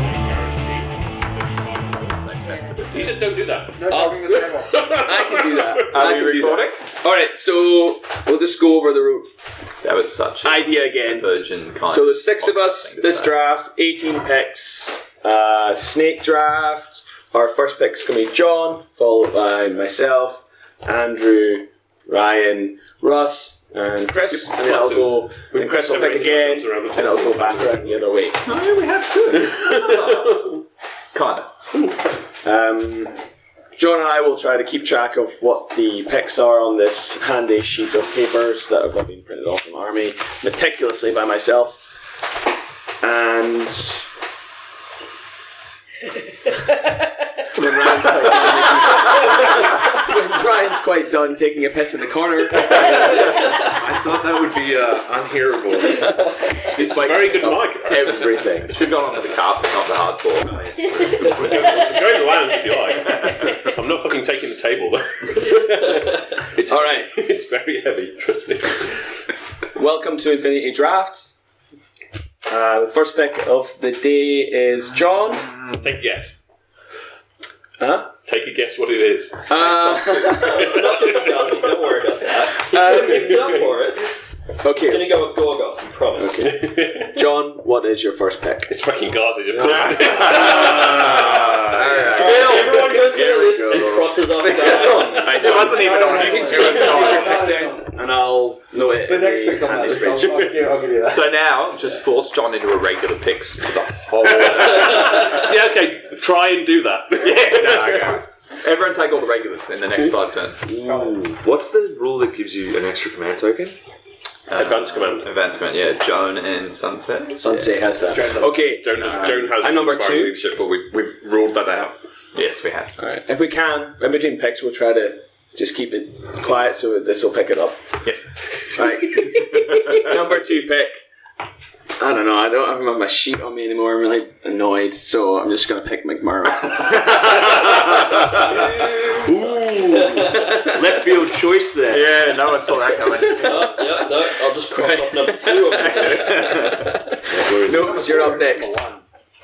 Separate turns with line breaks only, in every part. Are
Um, I
we
can do that.
recording?
All right, so we'll just go over the ro-
That was such a
idea again.
virgin kind.
So there's six of us
Thing to
this
say.
draft, 18 picks, uh, snake draft. Our first pick's going to be John, followed by myself, Andrew, Ryan, Russ, and Chris. And then I'll go, and Chris will pick
arrange
again,
ourselves around the
and I'll go back around the other way.
no, we have two. kind of.
Um, John and I will try to keep track of what the picks are on this handy sheet of papers that have all been printed off from Army meticulously by myself. And. when, Ryan's quite done, when Ryan's quite done taking a piss in the corner,
I thought that would be uh, unhearable.
he's quite
Very good mic.
Everything.
Should have gone under the carpet, not the hardcore.
Go to land if you like. I'm not fucking taking the table though. it's
All right.
It's very heavy. Trust me.
Welcome to Infinity Draft. Uh, the first pick of the day is John.
Take a guess.
Huh?
Take a guess what it is.
Uh,
It's
Darcy, don't worry about that. He's
Uh,
going to mix it up for us. He's going
okay,
to go with Gorgos, I promise.
John, what is your first pick?
It's fucking Gaza, of course. it is.
Ah.
Phil, everyone goes to the list and crosses off that.
It wasn't even on you. It was not.
And I'll know it.
The next pick's on that list. I'll, I'll, give, I'll give you that.
So now, just force John into a regular picks for the whole.
yeah, okay. Try and do that.
No, okay. Everyone take all the regulars in the next five turns.
What's the rule that gives you an extra command token?
Um,
Advanced command.
Advancement, yeah. Joan and Sunset.
Sunset has that. Okay.
Joan, Joan has
I'm number
inspiring
two.
leadership, but we, we've ruled that out.
Yes, we have.
Alright, If we can, in between picks, we'll try to just keep it quiet so this will pick it up.
Yes.
Right. Number two pick. I don't know. I don't have my sheet on me anymore. I'm really annoyed, so I'm just gonna pick McMurrow.
Left field choice there.
Yeah, no one saw that coming.
No, no, no, I'll just cross off number two on the list.
no, you're up next.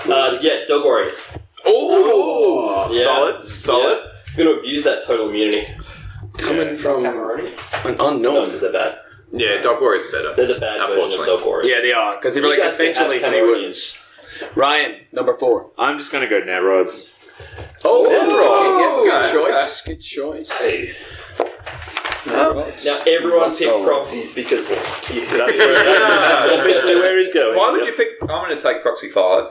Uh, yeah, dog worries.
Oh,
Yeah.
solid, solid.
Yeah. I'm going to abuse that total immunity.
Coming from an
No,
unknown.
because they're bad.
Yeah, Dog War is better.
They're the bad version of
Unfortunately.
dog worries.
Yeah, they are because they were
You
like
guys can have
essentially three
Cameroonians.
words. Ryan, number four.
I'm just gonna go Nerods.
Oh,
Ooh.
yeah,
Okay.
good choice. Good choice.
Now everyone
That's
pick
solid.
proxies because you, that's
Officially,
where
where he's going.
Why would you pick? I'm going to take Proxy Five.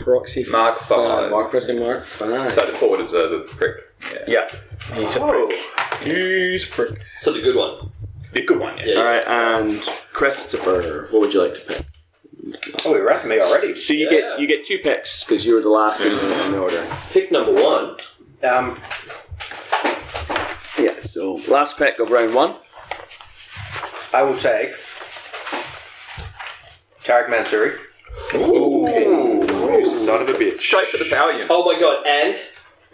Proxy
Mark five.
Mark Proxy Mark five.
So the forward observer prick.
yeah, he's a prick. He's a prick.
So the good one.
The good one,
Yeah.
All right, and Christopher, what would you like to pick?
Oh, you wrapped me already.
So you get you get two picks because you were the last in the, in the order.
Pick number one.
Um,
Yeah. So last pick of round one.
I will take Tarek Mansuri.
You son of a bitch.
Straight for the power unit.
Oh my god, and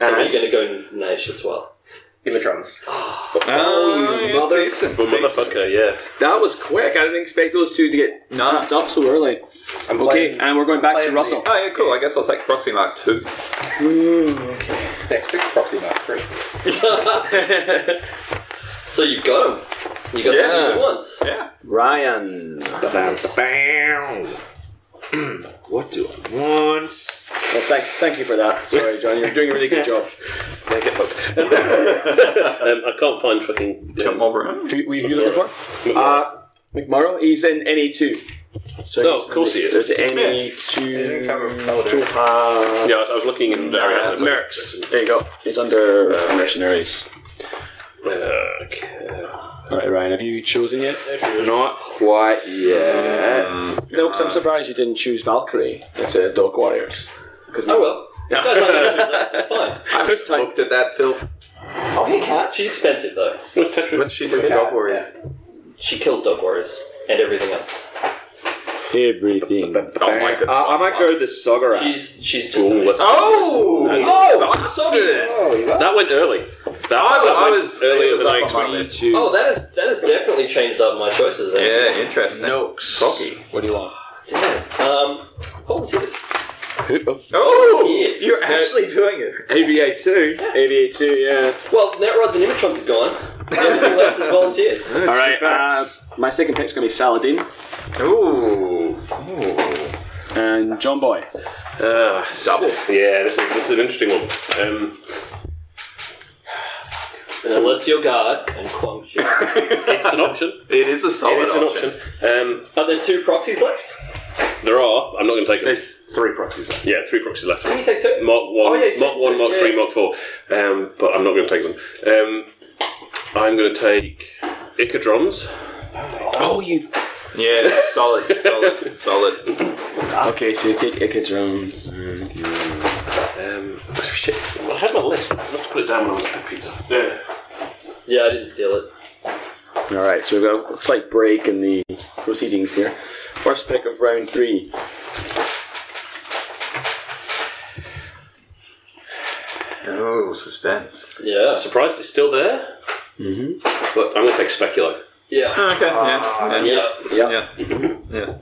tell me
And?
you're going to go Nash as well.
Imatrons.
Oh, you mother-
Ah, Decent, decent.
Motherfucker, yeah.
That was quick. I didn't expect those two to get
No.
snapped up so early.
I'm
Okay,
playing
and we're going back to
playing
Russell.
Oh yeah, cool. I guess I'll take Proxy Mark Two.
next pick, property mark three.
So you've got them. You got the
Yeah.
two good ones.
Yeah.
Ryan.
Bam. what do I want?
Well, thank, thank you for that. Sorry, John, you're doing a really good job.
Um, I can't find fucking.
Got
Um,
more room.
Who, who are you looking for? Uh, McMurrow, he's in NE2. So
No,
he's
of course he is.
There's
didn't
NE2.
cover colour.
E Uh,
Yeah, I was, I was looking in there.
uh, Mercs. There you go. He's under uh, mercenaries.
Uh, Okay.
All right, Ryan, have you chosen yet? Mm.
Not quite yet.
No, because I'm surprised you didn't choose Valkyrie. It's a Dog Warriors.
Oh well. It's not like Nash, is it? It's fine.
I first time.
Looked at that filth.
Oh, hey, cats.
She's expensive though.
What's Tetra?
What's she do? Dog War is.
She kills dog warriors and everything else.
Everything.
Oh my
Uh, I
god.
might go the Sogara.
She's she's just.
Ooh, let's-
Oh!
Oh!
Bastard!
That went early. That,
I
that
was-
went earlier
it was
than I
up on my
expected.
list.
Oh, that is that has definitely changed up my choices then.
Yeah, interesting. No. Cocky.
What do you want?
Damn. Um, volunteers.
Oh,
Yes.
you're actually doing it.
AVA two. AVA two. Yeah.
Well, Netrods and Imitrons are gone. The only thing left is volunteers.
All right. Uh, my second pick's gonna be Saladin
Ooh.
and John Boy.
Uh,
Double.
yeah, this is this is an interesting one. Um,
Celestial Guard and Quang Shi.
it's an option.
It is a
It
solid
is an
option.
option. Um,
Are there two proxies left?
there are. I'm not going to take them.
There's three proxies left.
Yeah, three proxies left.
Can you take two?
Mark one,
Oh, yeah,
Mark
two,
one, Mark
yeah.
three, Mark four. Um, but I'm not going to take them. Um, I'm going to take Icadrons.
Oh, you.
Yeah, solid, solid, solid.
Okay, so you take Icadrons. and you-
Um, shit, I had my list. I must have put it down when I was at pizza.
Yeah, I didn't steal it.
All right, so we've got a slight break in the proceedings here. First pick of round three.
Oh, suspense.
Yeah.
Surprised it's still there. Mm-hmm. But I'm going to take Speculo.
Yeah.
Okay, Ah, yeah. yeah.
Yeah.
Yeah.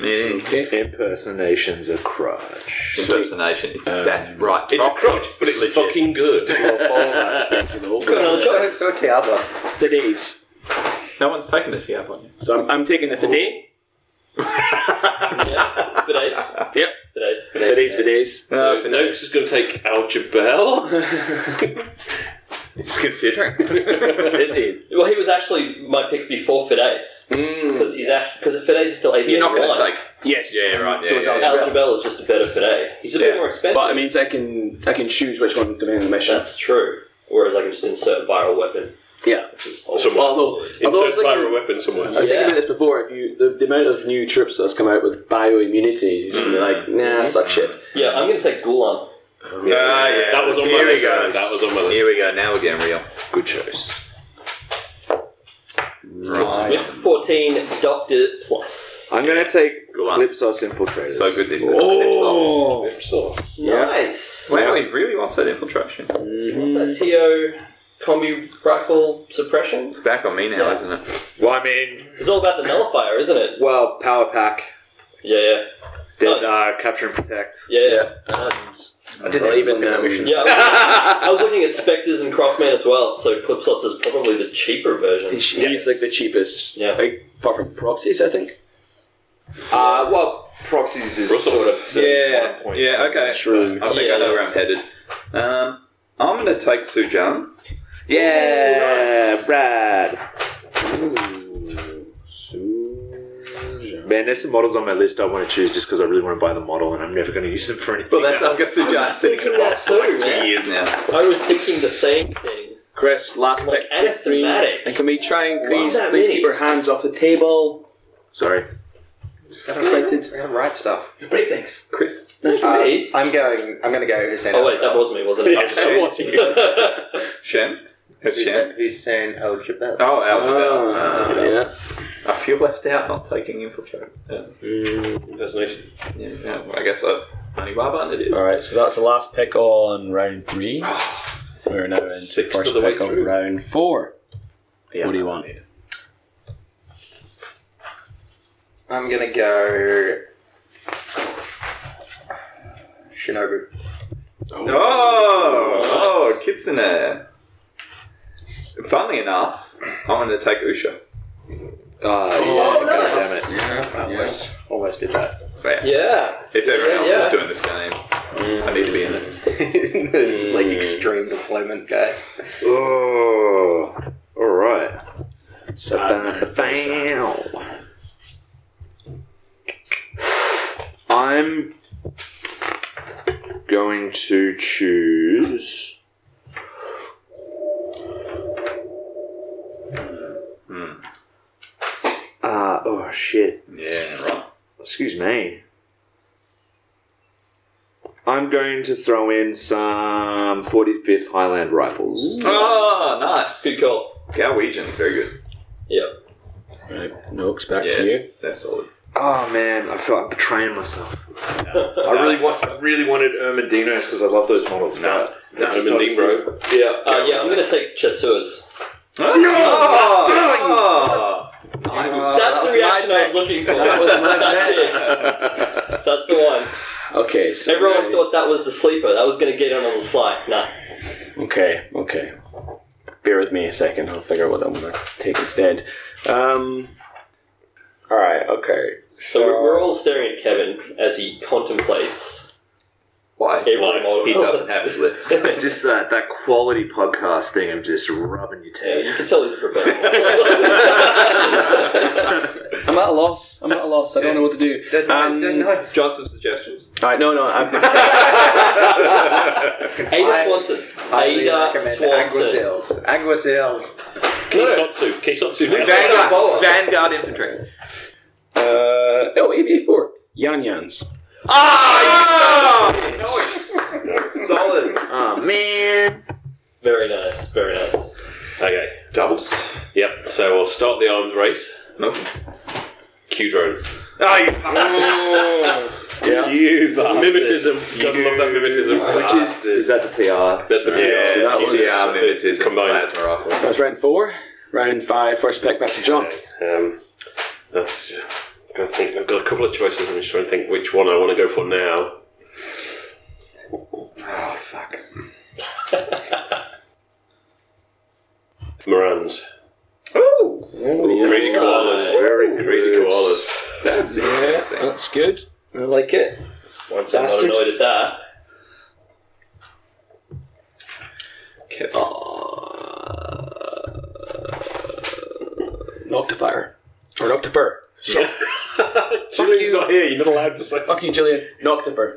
Yeah.
Impersonation's a crutch.
Impersonation. It's- That's right.
It's a crutch, but it's fucking good.
Got another choice.
So Teablas.
Today's. Oh,
No one's taken a tab on you.
So I'm, I'm taking the today.
Yeah. Today's.
Yep.
Today's.
Today's for days. Oh,
so Uh, Noakes is going to take Aljabel.
Just considering.
Is he?
Well, he was actually my pick before Fides
Mm.
because he's actually because Fides is still AVA.
Mm. You're not going to take.
Yes.
Yeah, right.
So
Yeah,
it's
yeah,
Al-
Algebel is just a better Fides. He's a bit
Yeah.
more expensive.
But I mean, I can I can choose which one depending on the mission.
that's true. Whereas I can just insert viral weapon.
yeah.
Which is old.
Somewhere.
Although, although I was
Insert
thinking-
viral weapon somewhere.
I was thinking
Yeah.
about this before. If you the, the amount of new troops that's come out with bioimmunity, you just be like,
Mm. Mm-hmm.
nah, suck shit.
Yeah, I'm going to take Gulam.
Ah, yeah.
That was on my
Here we
list.
go.
That was on my list.
Here we go. Now we're getting real.
Good choice.
Right.
With 14 Doctor Plus.
I'm going to take
Go on.
Lipsos Infiltrators.
So good Oh. this is. Clip sauce.
Yeah.
Nice.
Wow, he really wants that infiltration.
Mm-hmm.
What's that? TO combi rifle suppression?
It's back on me now,
Yeah.
isn't it?
Well, I mean,
It's all about the nullifier, isn't it?
well, Power Pack,
Yeah, yeah.
Oh.
did uh, Capture and Protect.
Yeah, yeah. That's-
I didn't
Well,
even
even,
look at the
um,
missions.
yeah, I was looking at Spectres and Crocman as well, so Clipsos is probably the cheaper version.
He's he's, like the cheapest.
Yeah.
Like, apart from proxies, I think.
Uh, well, Proxies is sort of.
Yeah. Yeah, okay.
True.
I think I know where I'm headed. Um, I'm going to take Sujan.
Yeah, Brad. Man, there's some models on my list I want to choose just because I really want to buy the model and I'm never going to use them for anything.
Well, that's I've got Sujan sitting in a box for like
too,
two
man.
years now.
I was thinking the same thing.
Chris, last
Like,
pick.
anathematic.
And can we try and please
that
please
many?
keep our hands off the table?
Sorry.
Excited. I gotta write stuff.
Pretty things.
Uh, I'm going. I'm gonna go. Hussein.
Oh, wait, that was me, wasn't it?
Shem? Who's Shem?
Hussein, Hussein El Jabal.
Oh, Al's
Ah, yeah.
I feel left out not taking infiltrate. Yeah,
Impersonation.
yeah, yeah, well, I guess I only bar button it is.
All right, so that's the last pick on round three. We're now into
Sixth
first
of the way
pick of
through.
round four.
Yeah.
What do you want?
I'm gonna go. Shinobu.
Oh, oh, Kitsune. Funnily enough, I'm going to take Usha.
oh, God
nice.
damn it.
Yeah, Uh, almost. Almost did that.
Yeah.
Yeah.
If everyone else
yeah.
is doing this game, I need to be in it.
this is like extreme deployment, guys.
Oh, all right. I'm going to choose. Uh, oh shit.
Yeah, right.
Excuse me. I'm going to throw in some 45th Highland rifles.
Oh, nice.
Ah, Good call.
Galwegians, very good.
Yeah.
Right, no, it's back
Yeah,
to you.
they're solid.
Oh man, I feel I'm betraying myself.
Uh,
I really want, I really wanted uh, Ermendinos because I love those models.
No,
but that's just not as good.
bro.
Yeah. Uh, yeah, I'm going to take Chasseur's.
Oh,
That's the reaction I was looking for.
That was my guess.
That's the one.
Okay, so
Everyone thought that was the sleeper. That was going to get in on the slide. Nah.
Okay, okay. Bear with me a second. I'll figure out what I'm gonna take instead. Um. All right. Okay.
So we're, we're all staring at Kevin as he contemplates
Why?
every
Life.
model.
He doesn't have his list.
Just that that quality podcast thing of just rubbing your
Yeah,
teeth.
you can tell he's a professional.
I'm at a loss. I'm at a loss. I don't know what to do.
Dead nice,
Um,
dead nice. Johnson's suggestions.
All right. No. uh, No. I'm,
Ada Swanson. Ada Swanson.
Aguasales. Aguasales.
Keisatsu. Keisatsu.
Vanguard- Boa.
Vanguard infantry.
uh. Oh, AVA four. Yan Yans.
Ah, Solid.
Oh man.
Very nice. Very nice.
Okay.
Doubles.
Yep. So we'll start the arms race.
No.
Q drone.
Oh, you fucking
You mimetism. Gotta love that mimetism.
Which is,
Is that the TR?
That's the
yeah,
TR.
so
that was-
TTR mimetism
combined.
plasma rifle.
That was round four. Round five. First pick back to John.
Um, that's. I think I've got a couple of choices. I'm just trying to think which one I want to go for now.
Oh fuck.
Morans.
Ooh,
Crazy koalas. Very crazy koalas.
that's interesting.
That's good.
I like it.
Once I'm not
Bastard.
annoyed at that.
Kev.
An Octifier. Or an Octifer.
Julian's not here. You're not allowed to say.
Fuck you, Jillian. An Octifer.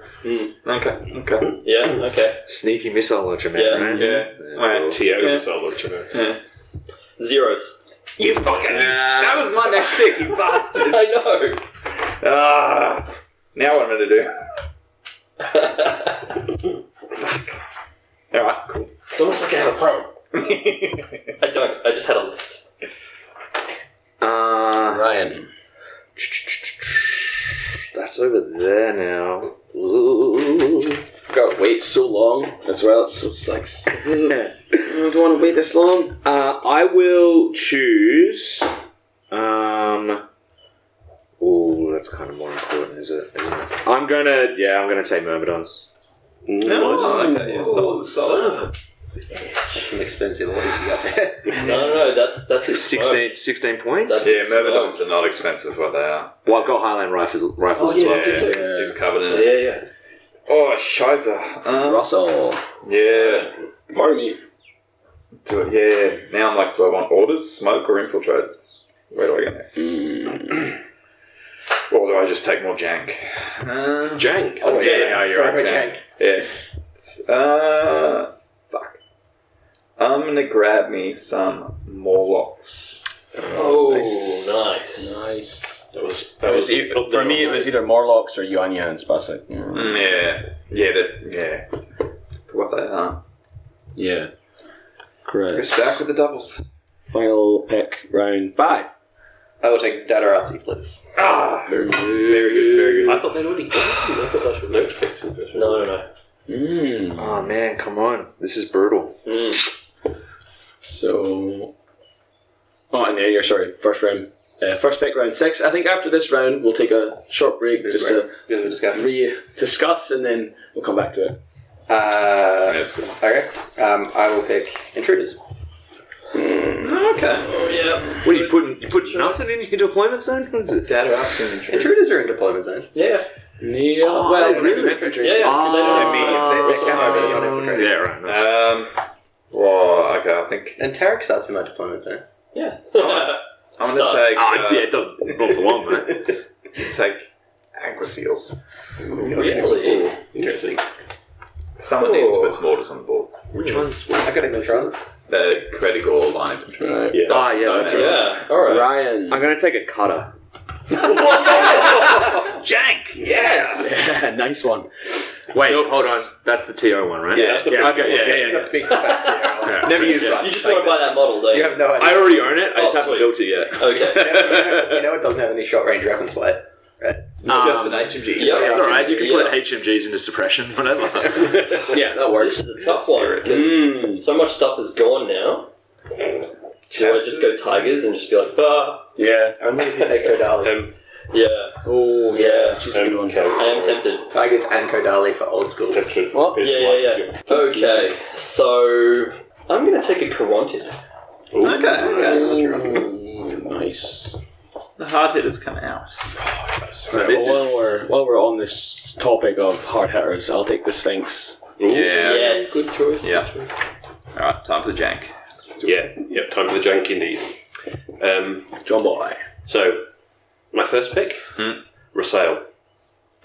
Okay, okay.
Yeah, okay.
Sneaky missile launcher, man.
Yeah.
right?
Yeah. Alright.
TO
Yeah.
missile launcher.
Zeros.
You fucking. That was my next pick, you bastard.
I know.
Ah. Now what I'm gonna do. Fuck. Alright, cool.
It's almost like I have a problem. I don't. I just had a list.
Uh,
Ryan.
that's over there now. Ooh.
Gotta wait so long as well. It's so sucks. I don't want to wait this long.
Uh, I will choose. Um. Oh, that's kind of more important, is it? Isn't it? I'm gonna. Yeah, I'm gonna take Myrmidons.
Oh, okay, yeah, solid, solid.
That's some expensive orders you got there.
No, no, no. That's that's a
16, 16 points.
That's-
Yeah, Myrmidons are not expensive what they are.
Well, I've got Highland rifles, rifles
Oh,
as
yeah.
well.
Yeah, he's covered in
Yeah,
it.
yeah.
Oh, Shizer. Um,
Russell.
yeah,
Pardon me.
do it. Yeah. Now I'm like, do I want orders, smoke, or infiltrates? Where do I go next? or do I just take more jank? Um,
Jank.
oh, yeah,
jank.
no, you're right. Jank. Yeah. Uh, fuck. I'm gonna grab me some Morlocks.
Oh, nice.
Nice.
That was that was up there
for me, it
on
was either Morlocks or Yan Yans, but I was like, mm,
Mm, Yeah. Yeah, they're, yeah. For what they are.
yeah. Correct.
It's back with the doubles.
Final pick, round five.
I will take Datarazzi, please.
Ah!
Very
Very good, very
my-
good.
I thought they'd already gone. I thought that was no fixing version.
No, no, no.
Mm.
Oh man, come on! This is brutal.
So, oh, and yeah, you're sorry. First round, uh, first pick, round six. I think after this round, we'll take a short break just to
Bit of a discussion.
re-discuss, and then we'll come back to it.
Uh,
That's good.
okay. Um, I will pick Intruders.
Okay.
What are you putting? You put nothing in your deployment zone? What is this?
Intruders are in deployment zone.
Yeah.
Neil,
Oh,
well,
really?
really? Infantry,
Yeah,
so-
yeah.
Ah.
They, they can have it on
yeah,
infiltrate.
right. Uh, nice.
Um, well, okay, I think
And Tarek starts in my deployment zone.
Yeah.
I'm going
Starts.
to take,
Ah,
uh,
yeah, it doesn't not for long, mate.
take Aqua Seals.
really?
Interesting.
Someone needs to put some orders on the board.
Which one's?
I got Intruders.
The Credigal line infantry.
Right.
Yeah.
Ah, yeah, that's right.
Yeah. All right.
Ryan.
I'm gonna take a cutter.
Jank! Yes!
nice one.
Wait, hold on. That's the TO one, right?
Yeah, that's the
yeah
first
okay,
one.
yeah, yeah, yeah.
The big fat tail.
Yeah,
Never
so,
used
yeah.
that.
You just
Take
want to buy that model, don't
You
you?
have no idea.
I already own it. I just
Oh,
haven't
sweet.
built it yet.
Okay.
you know it doesn't have any short range weapons, right? Right.
It's just an
Um,
HMG.
yeah.
It's all right. You can
Yeah.
put HMGs into suppression, whatever.
Yeah, that
This
works.
is a tough one because
Mm.
so much stuff is gone now. Do I just go tigers and just be like, bah?
Yeah.
Only if you take Odali.
Um,
Yeah,
Oh,
yeah.
She's a good one.
Okay.
I am tempted.
Tigers and Kodali for old school.
Protection.
What?
Pierce
Yeah,
light.
yeah, yeah. Okay, so I'm gonna take a Caronted.
Ooh.
Okay, yes.
Nice.
The hard hitters come out.
Right,
this
well,
is-
while, we're, while we're on this topic of hard hitters, I'll take the Sphinx.
Yeah.
Yes.
Good choice.
Yeah. Alright, time for the jank.
Yeah, yep, time for the jank indeed. Um,
John Boy.
so, my first pick,
Hmm.
Rasail.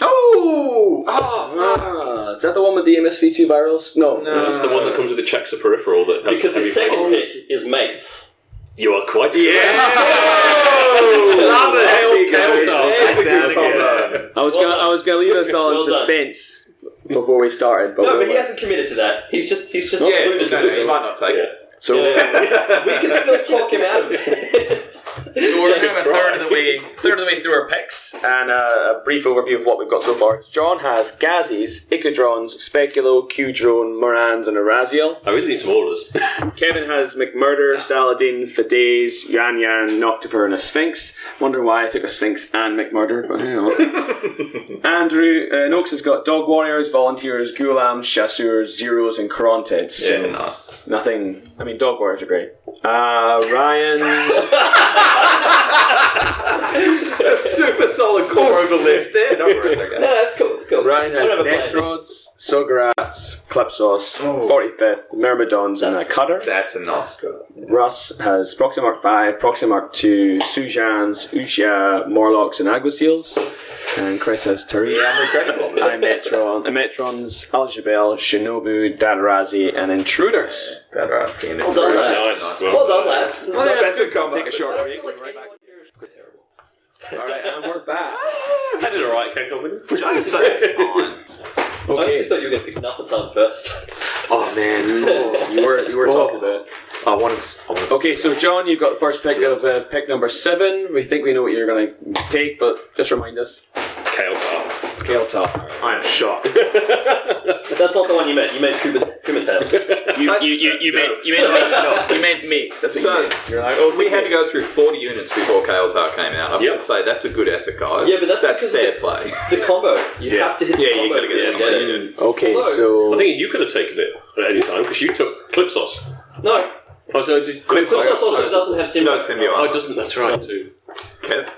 Oh!
Ah, is that the one with the MSV2 barrels? No.
No.
That's the one that comes with the Chexa peripheral that has
Because
the
his
heavy-
second pick is mates.
You are quite
Love
it!
There's a good
Yeah.
combo.
I was
Well
gonna
done.
I was gonna leave us all
Well
in
done.
suspense before we started, but,
No,
we'll
but he
let-
hasn't committed to that. He's just he's just
Yeah,
alluded
no,
to
you
it.
might not take it.
so
Yeah, yeah. we can still talk him out of it.
So we're kind of a third of the way, third of the way through our picks, and uh, a brief overview of what we've got so far. John has Gazis, Icodrons, Speculo, Qdrone, Morans, and Araziel.
I really need some orders.
Kevin has McMurder, Saladin, Fides, Yan Yan, Noctifer, and a Sphinx. Wonder why I took a Sphinx and McMurder, but you know. Andrew uh, Noakes has got Dog Warriors, Volunteers, Ghulams, Chasseurs, Zeros, and Coronteds.
Yeah, nice.
Nothing. I mean, Dog Warriors are great. Uh, Ryan.
A super solid core of the list there. Don't worry, it's okay.
No, that's cool. That's cool.
Ryan has
Whatever plan.
Nectrods, Sograts, Klepsos, 45th, Myrmidons, and a Cutter.
Oh. That's a nice score.
Russ has Proximarch 5, Proximarch 2, Sujans, Ushia, Morlocks, and Aguaseals. And Chris has Taria,
Incredible.
Imetron, Imetrons, Aljabel, Shinobu, Dadarazi, and Intruders.
That right, seeing it.
Well done,
Very
lads.
nice.
Well done, lads.
Well, that's a good combo.
Take a short
I
break.
feel like
Right
anyone
back.
here is terrible.
Alright, and we're back.
I did alright, Kate Goblin.
I say
Oh,
fine.
I actually
Okay.
thought you were going to pick Nuffleton first.
Oh man, you were you were
Well,
talking about. I wanted. I wanted
Okay, so John, you've got the first pick of uh, pick number seven. We think we know what you're going to take, but just remind us.
Kale Bar.
Kale Top.
I am shocked.
But that's not the one you meant. You meant Kuma, Kuma Tail.
You, you, you, you, meant, you, meant, you meant mates. That's what
So-
you meant. You're like, oh,
We had to go through 40 units before Kael'tar came out. I've
Yep.
got to say, that's a good effort, guys.
Yeah, but that's because
fair
the-
play.
the combo. You
Yeah.
have to hit the
Yeah, you
combo.
gotta get
to
it.
really get
Yeah,
Okay,
Hello.
so
The thing is, you could have taken it at any time because you took Clipsos.
No,
Oh, so did Clipsos.
Kuma also doesn't have
No
symbols.
Oh,
symbiote.
it doesn't. That's right. Too.
Kev?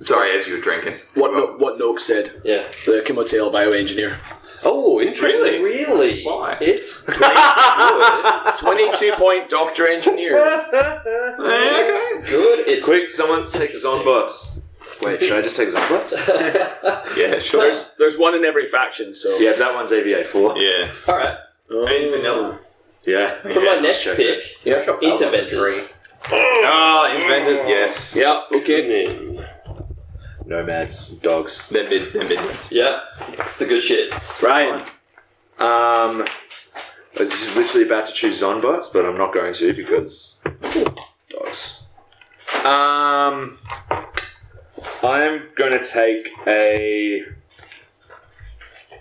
Sorry, as you were drinking.
what no, what Noakes said,
Yeah.
the Kimotail bioengineer.
Oh, interesting.
Really?
Why?
It's great. good.
22 point doctor engineer.
Yeah,
It's good. It's
Quick, someone take Zonbots. Wait, should I just take Zonbots?
okay. Yeah, sure.
There's there's one in every faction, so.
yeah, that one's AVA four.
yeah.
All right.
Oh.
And vanilla.
Yeah.
For
Yeah,
my next
check
pick,
Yeah.
Interventors.
Ah, inventors, yes.
Yeah, okay.
Nomads, dogs.
They're mid, they're minions.
Yeah, it's the good shit.
Ryan.
Um, I was just literally about to choose Zonbots, but I'm not going to because dogs. Um, I'm going to take a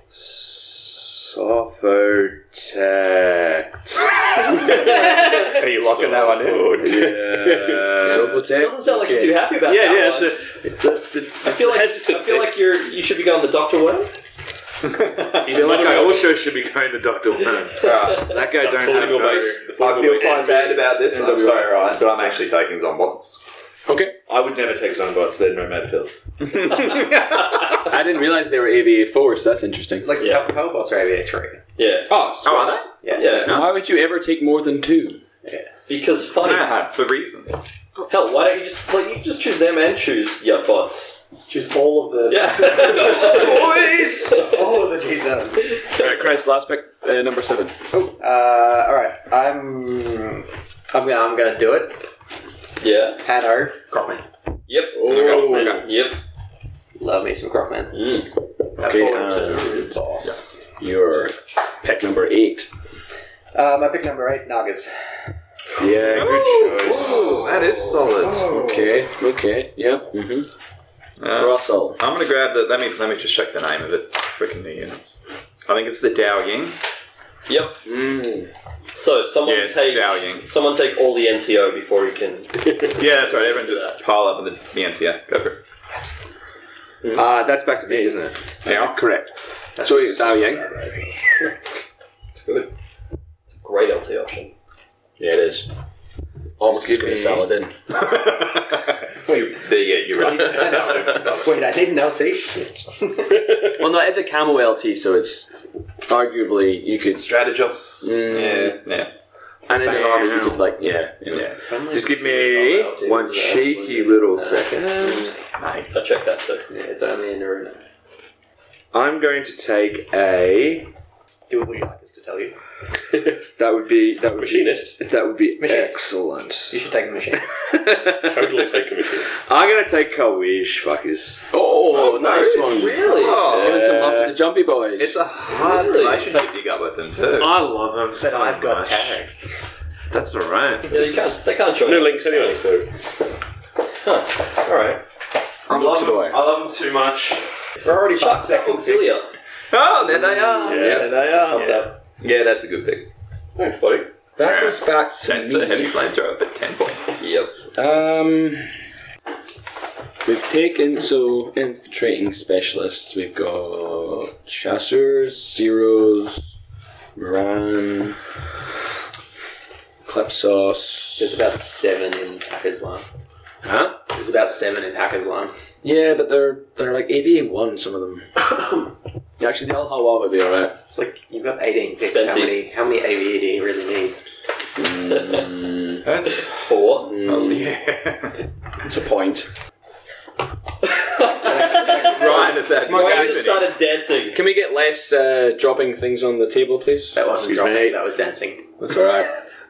Sophotect.
Are you locking that one in?
Yeah.
It doesn't sound like you're too happy about
Yeah,
that
yeah,
one.
it's a-
I feel like I feel like you're you should be going the Doctor Worm.
I feel like I also should be going the Doctor Worm. That guy don't have
Affordable
no...
base.
I
Affordable
feel
base.
quite bad about this, and I'm
NWA.
sorry, right? But I'm actually taking Zombots.
Okay.
I would never take Zonbots, they're nomad filth.
I didn't realize they were AVA 4, so that's interesting.
Like,
Yeah.
yeah. Hellbots are AVA 3.
Yeah,
Oh,
Oh, are
Yeah.
yeah.
Why would you ever take more than two?
Because
they?
funny.
No, hard, for reasons.
Hell, why don't you just like you just choose them and choose your bots?
Choose all of the.
Yeah.
Boys! all of the G7s.
Alright, Chris, last pick, uh, number seven.
Uh, all right, I'm. I'm gonna, I'm gonna do it.
yeah.
Pano, Crotman.
Yep.
Oh.
Yep.
Love me some Crotman.
Mm.
Okay,
Absolute boss.
Your pick number eight.
Uh, my pick number eight, Nagas.
Yeah, good choice.
that is solid.
Okay, okay, yeah. Mm-hmm.
Uh,
Russell.
I'm gonna grab the. Let me let me just check the name of it. Freaking new units. I think it's the Dao Ying.
Yep. Mm. So someone
Yeah,
take
dallying.
someone take all the NCO before you can.
Yeah, that's right. Everyone just pile up on the Viencia. Go for it.
Uh, that's back to me, isn't it?
Now?
Correct. So you Dao Yang.
It's good. It's a great LT option. Oh,
Yeah, it is. Almost as good as Saladin.
Wait, there, yeah, you're right.
Wait, I didn't LT? Shit.
Well, no, it's a camel LT, so it's arguably you could,
Strategos. Yeah, yeah.
and in an army you could like, yeah, yeah.
Just give me one cheeky little second.
I checked that too.
It's only in your
I'm going to take a.
Do what you like us to tell you.
That would be that would
Machinist.
Be, that would be
Machinist.
excellent.
You should take the machine.
Total take commissions.
I'm gonna take Kawish, fuckers.
Oh, nice one.
really?
Oh,
Giving some love to the Jumpy Boys.
It's a hard relationship you got with them, too.
I love him so
I've got
tag. That's alright.
Yeah, they can't. They can't join.
No links anyway, so.
All right.
I love him. I love him too much.
We're already
Chuck Auxilia.
Oh, there they are.
Yeah.
There they are. Yeah. that's a good pick.
Thanks, buddy.
That was back to
That's
me.
a heavy flamethrower for 10 points.
Yep.
Um, we've taken so infiltrating specialists. We've got chasseurs, zeros, Moran,
There's
Clipsos.
about seven in Hacker's Line.
Huh?
There's about seven in Hacker's Line.
Yeah, but they're they're like AVA one. Some of them. Actually, the Alhawa would be all right.
It's like you've got 18 picks.
Expensive.
How many, how many AVE do you really need?
That's.
Four.
Oh, yeah.
It's a point.
Ryan is that.
Ryan just started dancing.
Can we get less uh, dropping things on the table, please?
That wasn't
Excuse me.
dropping, that was dancing.
That's all right.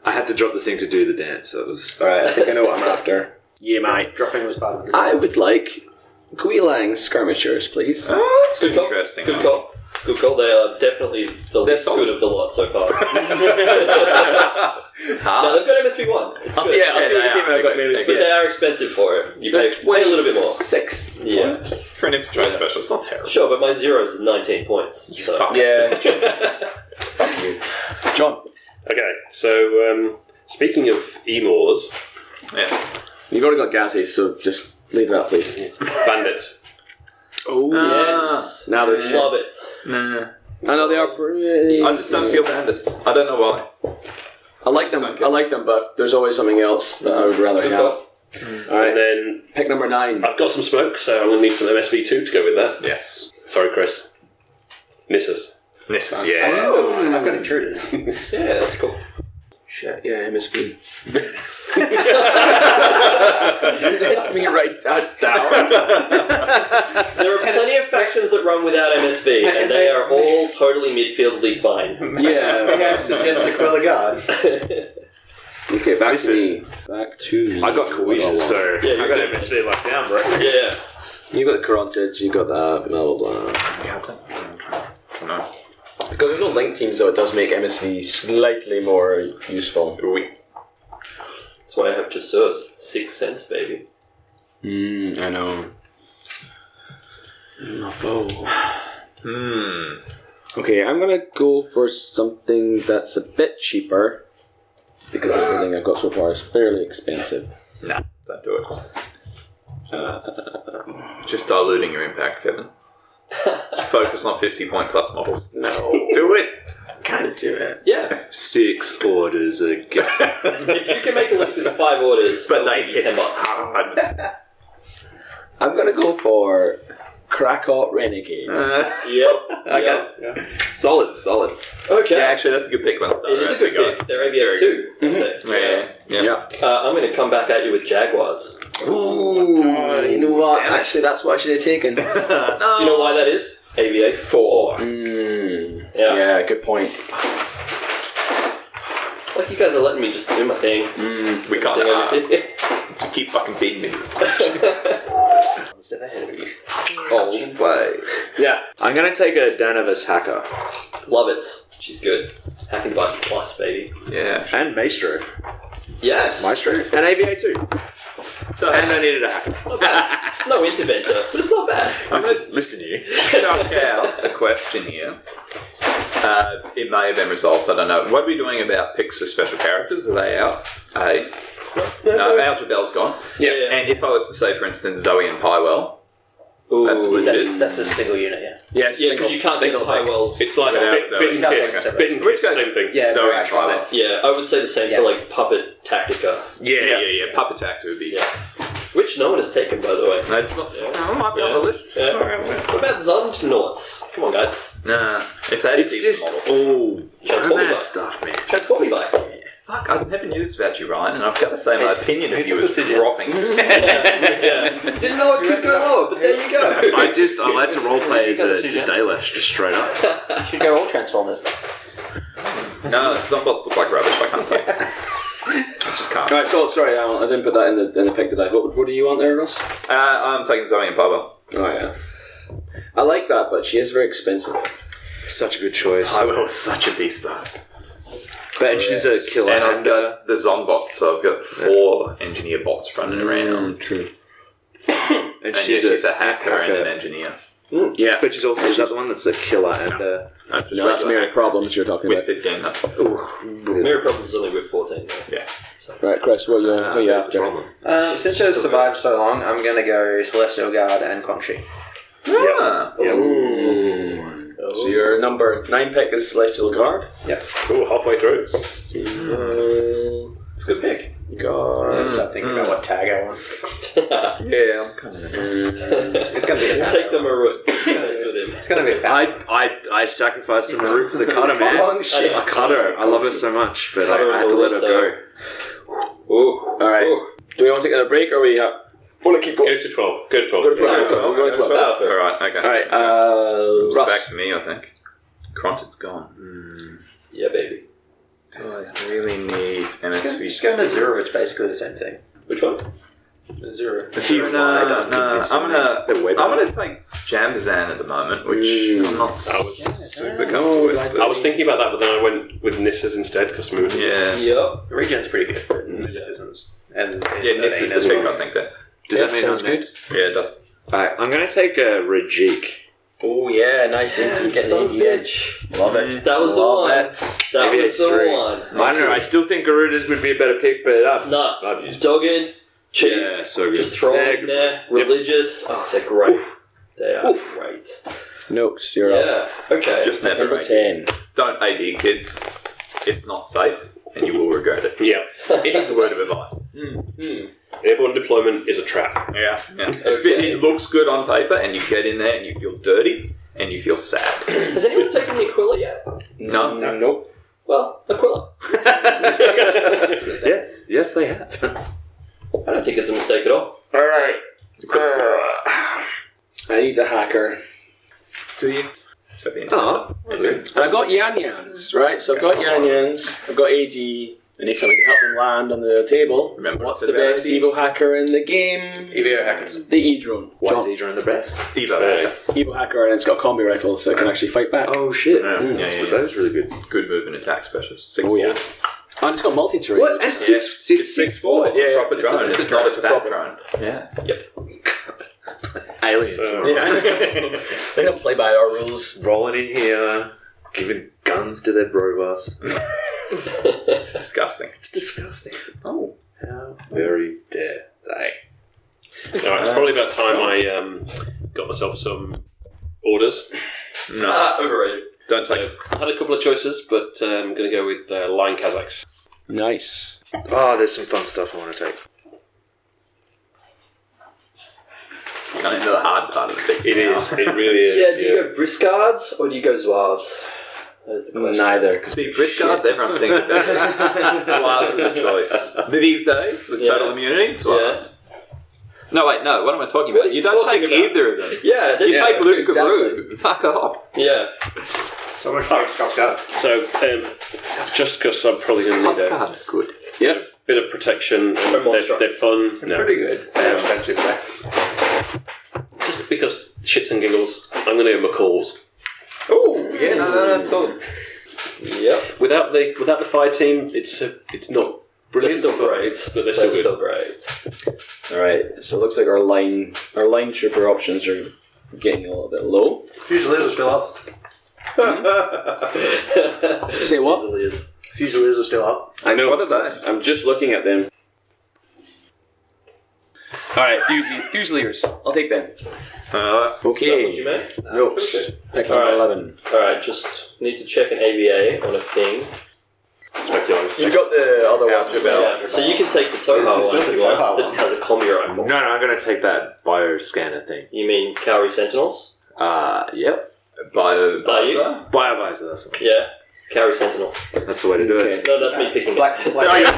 I had to drop the thing to do the dance. That was uh,
All right. I think I know what I'm after. Yeah, mate.
Dropping was part of the
I would like Guilang skirmishers, please.
Oh, that's
Good call.
interesting.
Good call. Good call. They are definitely the least
solid.
good of the lot so far. no, they've got MSP one. It's
I'll
good.
see. I'll see
Yeah,
what you see
yeah,
when I've got
okay,
maybe.
But they are expensive for it. You pay, pay a little bit more.
Six.
Yeah.
For an infantry special, it's not terrible.
Sure, but my zeros are 19 points. so.
fuck.
Yeah, John,
Okay, so um, speaking of emors,
Yeah.
you've already got gassy, so just leave that, please.
bandits.
Oh
yes.
now they're shit.
Love it.
Nah.
I know they are pretty.
I just don't feel bandits. I don't know why.
I like them. I like them, but there's always something else that I would rather
Good
have.
call.
All
And
right,
then
pick number nine.
I've got some smoke, so I'm going to need some MSV2 to go with that.
Yes.
Sorry, Chris. Nissus.
This is
Yeah.
I've got intruders.
Yeah, that's cool.
Shit, yeah, MSV. Let me write that down.
There are plenty of factions that run without MSV, and they are all totally midfieldly fine.
Yeah.
I suggest a Quilla Guard.
Okay, back
Listen.
to me. Back to me.
I got cohesion, so
Yeah, you
I got
did.
MSV locked down, bro.
Yeah.
You got the Carontids, you got that, blah blah blah.
No.
Because there's no link teams though, it does make MSV slightly more useful.
We,
That's why I have Chasseurs. Six cents, baby.
Mm, I know. Mm,
hmm.
Okay, I'm gonna go for something that's a bit cheaper. Because everything I've got so far is fairly expensive.
Nah, don't do it. Uh, Just diluting your impact, Kevin. Focus on 50 point plus models.
No.
Do it!
Kinda do it.
Yeah.
Six orders ago.
If you can make a list with five orders,
But
I'll
they
give you ten bucks.
hard.
I'm gonna go for Krakot Renegades.
Uh,
Yep.
Okay.
Yep.
Solid, solid.
Okay.
Yeah, actually, that's a good pick, Winston.
it is a
That's
good pick. They're ABA
It's very
two. aren't
Yeah,
they?
yeah, yeah.
Yeah.
Uh, I'm going to come back at you with Jaguars.
Ooh, you know what?
Damn it.
Actually, that's what I should have taken.
no.
Do you know why that is? ABA four.
Hmm.
Mm,
Yeah.
yeah, good point.
It's like you guys are letting me just do my thing.
We can't. Uh,
Yeah.
keep fucking beating me.
Step ahead of you.
All way.
Yeah.
I'm gonna take a Danavis hacker
Love it. She's good. Hacking device plus, baby.
Yeah.
and Maestro.
Yes.
Maestro and AVA too.
So,
And I needed a hacker.
not bad. It's no interventor, but it's not bad.
Listen, listen you.
Check out a question here. Uh, it may have been resolved. I don't know. What are we doing about picks for special characters? Are they out? Uh, no, Algebel's gone.
Yeah.
And if I was to say, for instance, Zoe and Pywell,
Ooh,
that's legit.
That, that's a single unit, yeah.
yes,
Yeah, because you can't get
single pick.
Highwell.
It's like
Yeah,
a bit,
so-
bit and
Yeah,
kiss.
okay, so-
Bit and kiss,
Which goes-
same thing.
Yeah,
Zoe and
right, right.
Pywell.
Yeah, I would say the same
Yeah.
for like Puppet Tactica,
Yeah, yeah, yeah. Puppet Act would be.
Yeah. which no one has taken, by the way.
No, it's not. No, it might be on the list.
Yeah.
Sorry, I'm gonna-
What about Zondnauts? Come on, guys.
Nah, if they had
It's just all
Transforming
nomad
back.
stuff, man.
Transforming back.
Fuck, I never knew this about you, Ryan, and I've got to say my opinion of
who
you
took
was
this idiot?
dropping.
Yeah.
Didn't know it could go lower, but there you go.
I just I like to roleplay as a
That's you,
just
yeah.
Aleph, just straight up.
You should go all Transformers.
no, Zombots look like rubbish, I can't take it. I just can't. Uh,
Right, so sorry, Alan, I didn't put that in the in the pick today. What what do you want there, Ross?
Uh, I'm taking Zoe and Pablo.
Oh yeah. I like that, but she is very expensive.
Such a good choice.
will, such a beast though.
But she's a killer.
And I've got the Zombots, so I've got four engineer bots
Mm.
running around.
true.
and
And she's,
she's, a,
she's a hacker and an
hacker.
engineer.
yeah. But she's also is that the one that's a killer and uh,
Just
No, that's
regular.
mirror problems you're talking about.
With 15, that's
Ah!
Mirror Problems is only with 14. though.
Right, Chris, what are you, what are you
that's the
after?
problem.
Um, since I've survived so long, I'm going to go Celestial Guard and Kongshi.
Mm.
Ah,
So your number nine pick is Celestial Guard.
Ooh, halfway through.
it's a good pick.
I'm going to start thinking
Mm.
about what tag I want.
Yeah, I'm kind of. It's going to be a
Take the Maroon. Mess with him.
It's going to be a
I I I sacrificed the Maru for the cutter, man.
Kongshi.
Oh, I cut her. I love her so much, but I, I had to let her go.
Ooh, all right. Do we want to take another break or we have? Well, keep
Go to 12. Go to 12.
Go to 12.
All
We're going to 12.
right, okay.
All right, uh,
It's
Russ.
back to me, I think. Cront, it's gone.
Yeah, baby.
Mm. Do I really need MSV?
Just go to Zero, it's basically the same thing.
Which one? Zero.
No, no, no. I'm gonna,
They're way
I'm
better.
gonna take Jambazan at the moment, which I'm not
I
super
was,
comfortable with.
I
But
was thinking about that, but then I went with Nissa's instead because we were
yeah,
Yup.
Regen's pretty good. And
yeah, Nis is the pick, I think. That
Does that mean
sounds
I'm
good.
next?
yeah, it does.
Alright, I'm gonna take a Rajik.
Oh, yeah, nice. into getting
Son of a
E
into it.
bitch.
Love it.
That was the
Love
one.
it.
That
Maybe
was
it's
the
three.
one.
Mm.
I don't know. I still think Garuda's would be a better pick, but uh, I've,
Nah,
I've used.
dogged, cheap,
Yeah, so good.
just throw
Yeah,
them in there, religious. Oh, they're great. They are great.
Noakes, you're up.
Yeah, okay.
Just never
Number
make it.
ten.
Don't AD kids. It's not safe, and you will regret it.
Yeah.
It is a word of advice.
Airborne deployment is a trap.
Yeah, yeah. If it, it looks good on paper, and you get in there, and you feel dirty, and you feel sad.
Has anyone taken the Aquila yet?
No, no.
Nope.
Well, Aquila.
yes, yes, they have.
I don't think it's a mistake at all.
All right.
Quicksilver.
I need a hacker.
Do you? So the
Oh,
And I've got Yan Yans, right? So I've got Yan Yans, I've got AD, I need something to help them land on the table.
Remember
What's
I
the
said about
best
AD?
evil hacker in the game?
EVO hackers.
The E drone.
why is Adrian the best?
Evo hacker.
Evil hacker, and it's got a combi rifle, so it can actually fight back.
Oh shit,
Yeah,
Mm,
yeah,
that's
yeah,
good.
yeah.
that is really good.
Good move and attack specialist. Six
Oh, yeah.
fours.
And it's got multi terrain.
What? And six, six, six, four.
It's a proper drone. It's, not a, fat
proper-
drone. Yeah.
Aliens.
Uh,
They don't play by our rules.
Rolling in here, giving guns to their robots.
It's disgusting.
It's disgusting.
Oh.
How very dare they?
All right, it's probably about time I um, got myself some orders.
No.
Ah, overrated.
don't
So
take
I had a couple of choices, but uh, I'm going to go with uh, Lion Kazakhs.
Nice.
Oh, there's some fun stuff I want to take.
It's going into the hard part of the fix.
It is. It really
Yeah,
is.
do you go Briscards or do you go Zouaves? That is the question.
Neither.
See, wrist guards, everyone thinks about Swabs are the choice. These days, with
Yeah.
total immunity, Swabs. No, wait, no. What am I talking
What
about?
are
You,
you
don't take
talking about?
either of them.
Yeah, they
You
yeah.
take Luke
exactly.
Garou. Fuck off.
Yeah.
So much for Scott's Guard.
So, um, just because I'm probably going to need
Scott's
a
card. Good.
Yep.
bit of protection. and They're, they're fun. No.
Pretty good. They're expensive, though.
Just because shits and giggles, I'm going to go McCall's.
Oh, yeah, no, no, that's all.
Yep.
Without the without the fire team, it's a, it's not
They're
brilliant.
still great.
but they're
They're
still good.
still great.
All right. So it looks like our line, our line trooper options are getting a little bit low.
Fusiliers are still up.
Hmm? Say what?
Easily is.
Fusiliers are still up.
I know.
What are they?
I'm just looking at them. All right, Fusiliers. Fusiliers. I'll take them.
Uh,
Is that what you
Okay.
meant?
Ropes. Pick number
Alright.
eleven.
Alright, just need to check an ABA on a thing.
You got the other ones
Yeah, So you can take the Toha one
It's still
if
the
you want.
Toha
That
one.
has a commie
No,
rifle.
no, I'm gonna take that bio scanner thing.
You mean Cowrie Sentinels?
Uh, yep.
bio.
Are you?
Biovisor, that's the
Yeah. Cowrie Sentinels.
one. That's the way to do it.
No, that's me picking.
Black, black,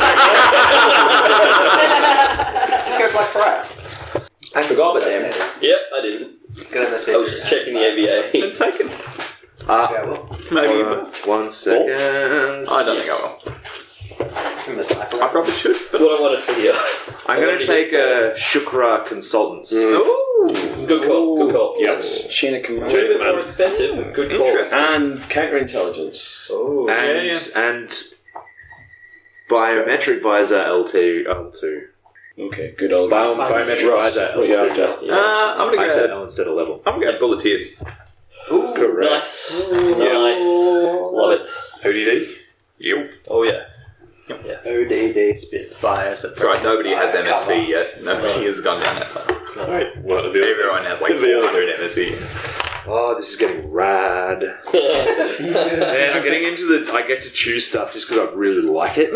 just go Black Parade.
I forgot about them.
It's
Yep, I didn't.
gonna miss
I was just checking the ABA.
Taken.
Uh,
Yeah, well,
Maybe. you
hold on
will.
one second.
I don't think I will.
miss Black
I
Parade.
probably should.
That's what I wanted to hear.
I'm
I
gonna
already
take
did
uh, Shukra Consultants.
Ooh.
Good call. Good call.
Yes.
Chain of command.
A little bit more expensive, but good call.
Interesting.
And counterintelligence.
Oh.
Uh,
And
Yeah,
and Biometric Visor LT L2.
Okay, good old.
Bio- biometric Visor
What you
L2.
after?
Uh, I'm gonna go.
I said L instead of level.
I'm gonna go bulleteers.
Correct.
Nice. Nice. Love it.
ODD. Yep.
Oh yeah.
ODD Spitfire. So
That's right. Nobody has MSV yet. Nobody has gone down that far.
Right. Well, the other-
Everyone has like
The other-
400 MSV.
Oh, this is getting rad. Man, I'm getting into the. I get to choose stuff just because I really like it.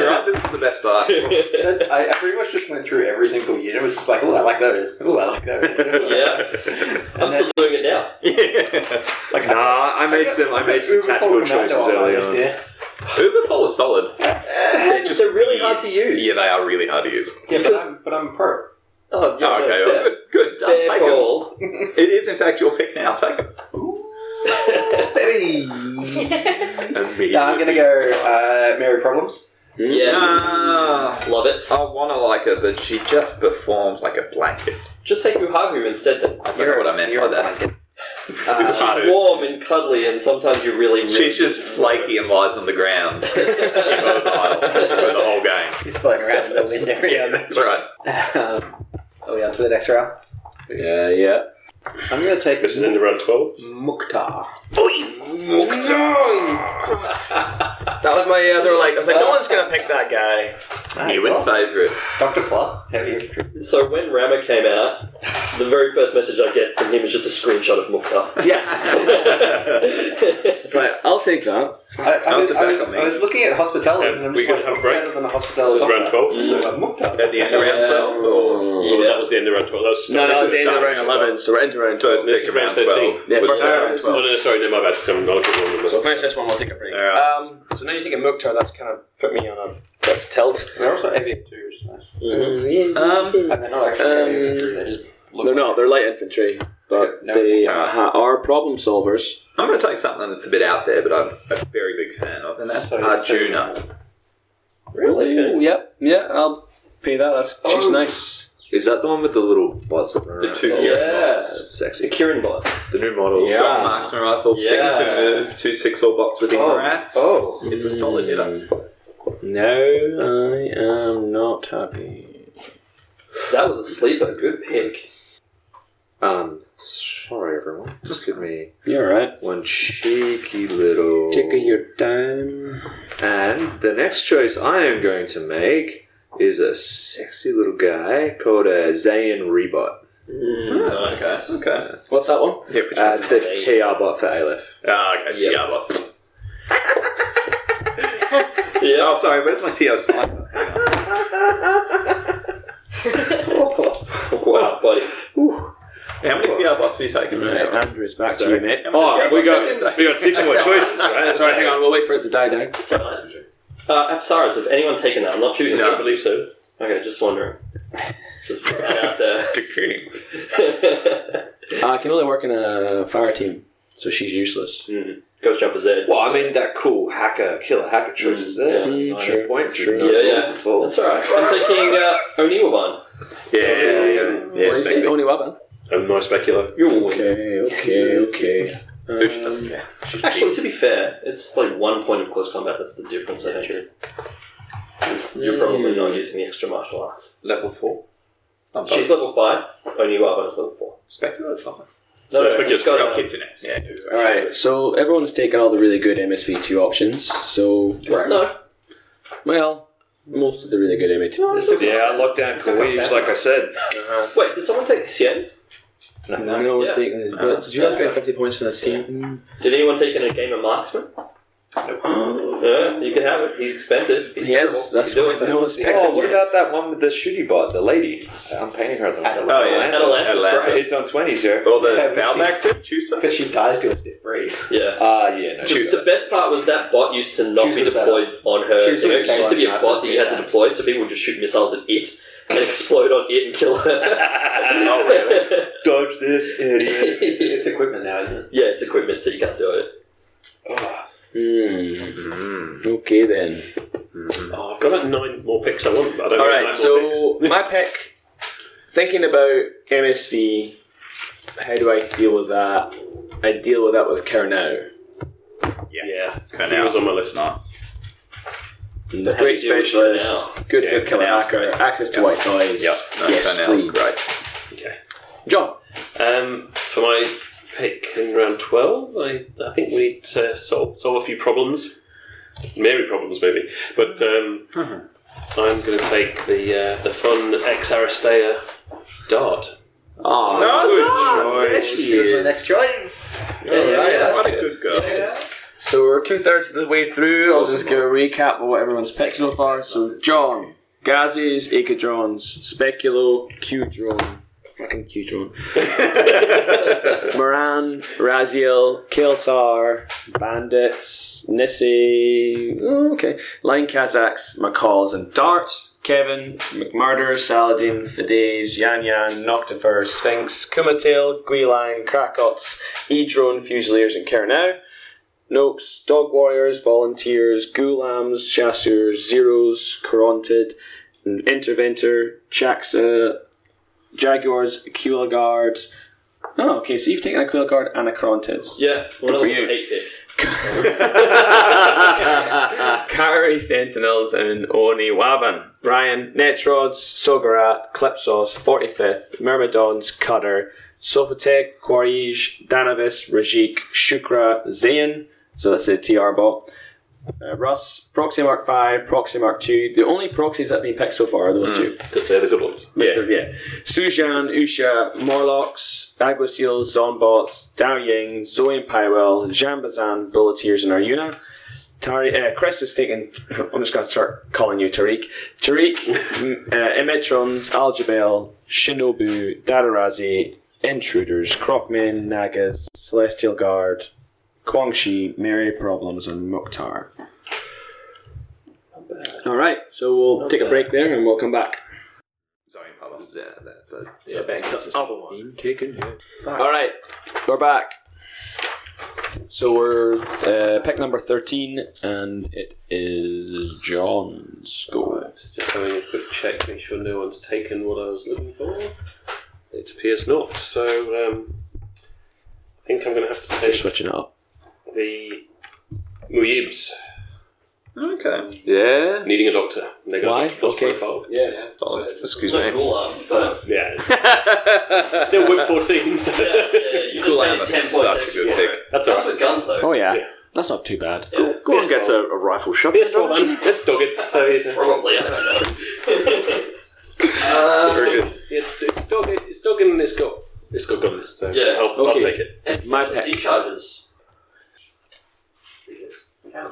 Yeah, right. This is the best part.
I, I pretty much just went through every single unit. It was just like, oh, I like those. Oh, I like those.
yeah. I'm still doing it now.
Yeah.
Like, nah, I made some. I made some
Uber
tactical
Falcon Commando
choices
on my
early
list,
on.
yeah.
Uberfall is solid.
They're,
just-
really hard to use.
Yeah, they are really hard to use.
Yeah, but
Because-
I'm, but I'm a pro.
Oh, yeah,
Oh, okay.
fair-
well, good. Good. Done.
Fair,
Take 'em.
call.
It is, in fact, your pick now. Take it.
Hey.
And me.
Nah, I'm gonna go uh, Mary Problems.
Yes.
Ah,
Love it.
I want to like her, but she just performs like a blanket.
Just take Uhagu instead then.
I don't know what I meant by that.
Uh,
She's warm and cuddly and sometimes you really, really
She's just flaky and lies on the ground immobile for the whole game.
it's floating around in the wind every
Yeah,
other.
that's right.
Um, are we on to the next round?
Yeah, yeah.
I'm gonna take
This is in the round 12.
Mukhtar.
That was my other like. I was like, no one's gonna pick that guy.
You win favourites.
Doctor Plus. Have you?
So when Rama came out, the very first message I get from him is just a screenshot of Mukta.
It's like I'll take that.
I, I, was,
Answer
I,
back
was,
on
I was looking at hospitalities and I'm
We
just like,
can have
what's
a break.
better than a
This
hospitality?
is round 12.
Uh, Mukhtar. Uh,
At the end of round 12? Or
Oh, that was the end of round 12. That was
No, no,
this
it's the end of
start.
round eleven, so we're into round twelve.
first
This is
pick of round
round
12?
13.
Yeah,
was
first
round
round
Oh,
12.
no, no, sorry, no, my bad. I'm not looking at the wrong
We'll
number.
finish this one. We'll take a break.
Alright.
Um, so now you take a Mukhtar. That's kind of put me on a like, tilt.
They're also aviators, which is nice.
Um,
And they're not actually
Um,
aviators, they just look
they're not. They're light infantry, but
No.
they
Alright.
ha- are problem solvers.
I'm going to take something that's a bit out there, but I'm a very big fan of, Uh, and that's
So-
Arjuna.
really?
Ooh, yep. Yeah, I'll pay that. That's she's
Oh.
nice.
Is that the one with the little bots that run
The
around?
two
Yeah.
Kieran bots.
That's sexy.
Kirin bots.
The new models.
Yeah.
Shot marksman rifle, six to
Yeah.
move, two six four bots with
Oh.
rats.
Oh.
It's a solid hitter.
No, I am not happy.
That was a sleeper. Good pick.
Um, sorry everyone. Just give me
You're right.
one cheeky little.
Take your time.
And the next choice I am going to make is a sexy little guy called a Zayn Rebot.
Hmm, Okay, okay.
What's that one?
Yeah, which
Uh,
was-
that's TR bot for Aleph.
Ah, okay,
Yeah.
TR bot.
Yeah.
Oh, sorry, where's my TO sniper?
Wow, buddy.
How many TR bots are you taking?
Right, Andrew's back to you, mate.
Oh, we
got- We got six more choices, right?
Sorry, hang on. We'll wait for it to die down.
So nice. Uh, Apsaris, have anyone taken that? I'm not choosing.
No.
I don't believe so. Okay, just wondering. Just put that out there.
Uh, I can only work in a fire team, so she's useless.
Ghost Jumper Z.
Well, I mean, that cool hacker, killer hacker choice is there.
Mm,
Nine
true,
points,
true.
no
Yeah,
rules
yeah.
at all.
Oh, That's alright. I'm taking uh, Oniwaban.
Yeah, yeah, yeah. yeah.
What is
sexy.
it? Only weapon.
I'm not speculating.
You're a win.
Okay, okay, okay.
doesn't care?
Actually, to be fair, it's like one point of close combat. That's the difference, I think. 'Cause You're probably not using the extra martial arts.
Level 4. I'm
She's level 5, Oniwaban is level 4.
speculative.
No,
So
no,
it's
it's
because-
got uh,
No
a-
kids in it. Yeah.
All right, so everyone's taken all the really good MSV2 options. So,
No,
well, most of the really good MSV2.
Yeah, lockdown Khalij, like I said.
wait, did someone take Sien?
No, no one's
Yeah.
taken. But did you have to get 50 points in a scene?
Did anyone take in a game of Marksman? Yeah, you can have it. He's expensive. He's
Yes,
terrible.
that's
you do
what
it.
no one's picked
Oh,
it
what
yet.
about that one with the shooty bot, the lady? I'm painting her at the moment.
Oh, yeah.
Atalanta's
Atlanta.
great.
It's on 20, sir.
Well,
Yeah,
the
we
foul
see.
back to Chusa.
Because she dies to a stiff breeze.
Yeah.
Ah, yeah, no.
The- The best part was that bot used to not
Choose
be
is better.
deployed on her.
Choose
it
is
used to be a
better.
bot that you had to
Yeah.
deploy, so people would just shoot missiles at it and explode on it and kill her.
Oh,
really?
Dodge this, idiot.
it's, it's equipment now, isn't it?
yeah, it's equipment, so you can't do it.
Hmm.
Mm,
Okay then.
Oh, I've got about nine more picks I want. but I don't
All
get
right,
nine
so my pick. Thinking about MSV, how do I deal with that? I deal with that with Carnow.
Yes. Yeah.
He was on my list.
Nice.
The
How do you
great
deal with
specialist, good
Yeah,
hook killer,
Cornell's
accurate, access to white toys.
Yep. No,
yes,
Cornell's
please.
great.
John.
Um, for my pick in round 12, I, I think we need to solve, solve a few problems. Mary problems, maybe. But um,
Mm-hmm.
I'm going to take the uh, the fun ex Aristea dart.
Oh,
my next choice.
Yeah, yeah, yeah, that's
What a
good.
good girl.
So we're two thirds of the way through. I'll just give a recap of what everyone's picked so far. So John, Gazes, Ecadrons, Speculo, Qdrone, fucking Qdrone, Moran, Raziel, Kiltar, Bandits, Nissi, oh, okay, Line Kazaks, McCalls, and Dart. Kevin, McMurder, Saladin, Fides, Yan Yan, Noctifer, Sphinx, Kumatail, Guiline, Krakots, Edrone, Fusiliers, and Kernow. Noakes, Dog Warriors, Volunteers, Gulams, Chasseurs, Zeros, Corontid, Interventor, Jaxa, Jaguars, Aquila Guard. Oh, okay, so you've taken Aquila Guard and a Corontid.
Yeah, one of
for
them was
you.
an eight pick.
Carry Sentinels and Oni Waban. Ryan, Netrods, Sogarat, Clipsos, 45th, Myrmidons, Cutter, Sophotek, Quarige, Danavis, Rajik, Shukra, Zayn. So that's the TR bot. Uh, Russ, Proxy Mark 5, Proxy Mark 2. The only proxies that have been picked so far are those two.
Because they're the good ones.
Yeah. yeah. Sujan, Usha, Morlocks, Aguaseals, Zonbots, Dao Ying, Zoe and Pywell, Jambazan, Bulleteers, and Aruna. Tari- uh, Chris is taking. I'm just going to start calling you Tariq. Tariq, m- uh, Emetrons, Aljabel, Shinobu, Dadarazi, Intruders, Crocmen, Nagas, Celestial Guard, Quangshi, Mary Problems, and Mukhtar. All right, so we'll take a break there and we'll come back.
Sorry, Pablo. Yeah, that, that.
Yeah, bank the other one. All right, we're back. So we're uh, pick number thirteen, and it is John's go.
Just having a quick check, make sure no one's taken what I was looking for. It appears not. So um, I think I'm going to have to
They're
take
switching it up.
the Muyibs,
Okay.
Yeah.
needing a doctor. They got
Why?
a doctor's
Okay.
profile.
Yeah.
It's
Excuse
not
me.
cool, um, but
Yeah. it's- Still whip 14. So.
yeah, yeah, you just
Glam
made
is
ten points.
such a
extra.
good pick.
That's
Comes
alright.
with guns though.
Oh yeah.
Yeah.
That's not too bad.
Yeah,
Go on, gets a, a rifle shot.
PS4, man. Let's dog it. So here's a-
probably. I don't know.
Very good.
It's, it's dog. It's dog and it's got it's got guns. So
Yeah.
I'll,
Okay.
I'll take it.
And
My
potential
pick.
Decharges.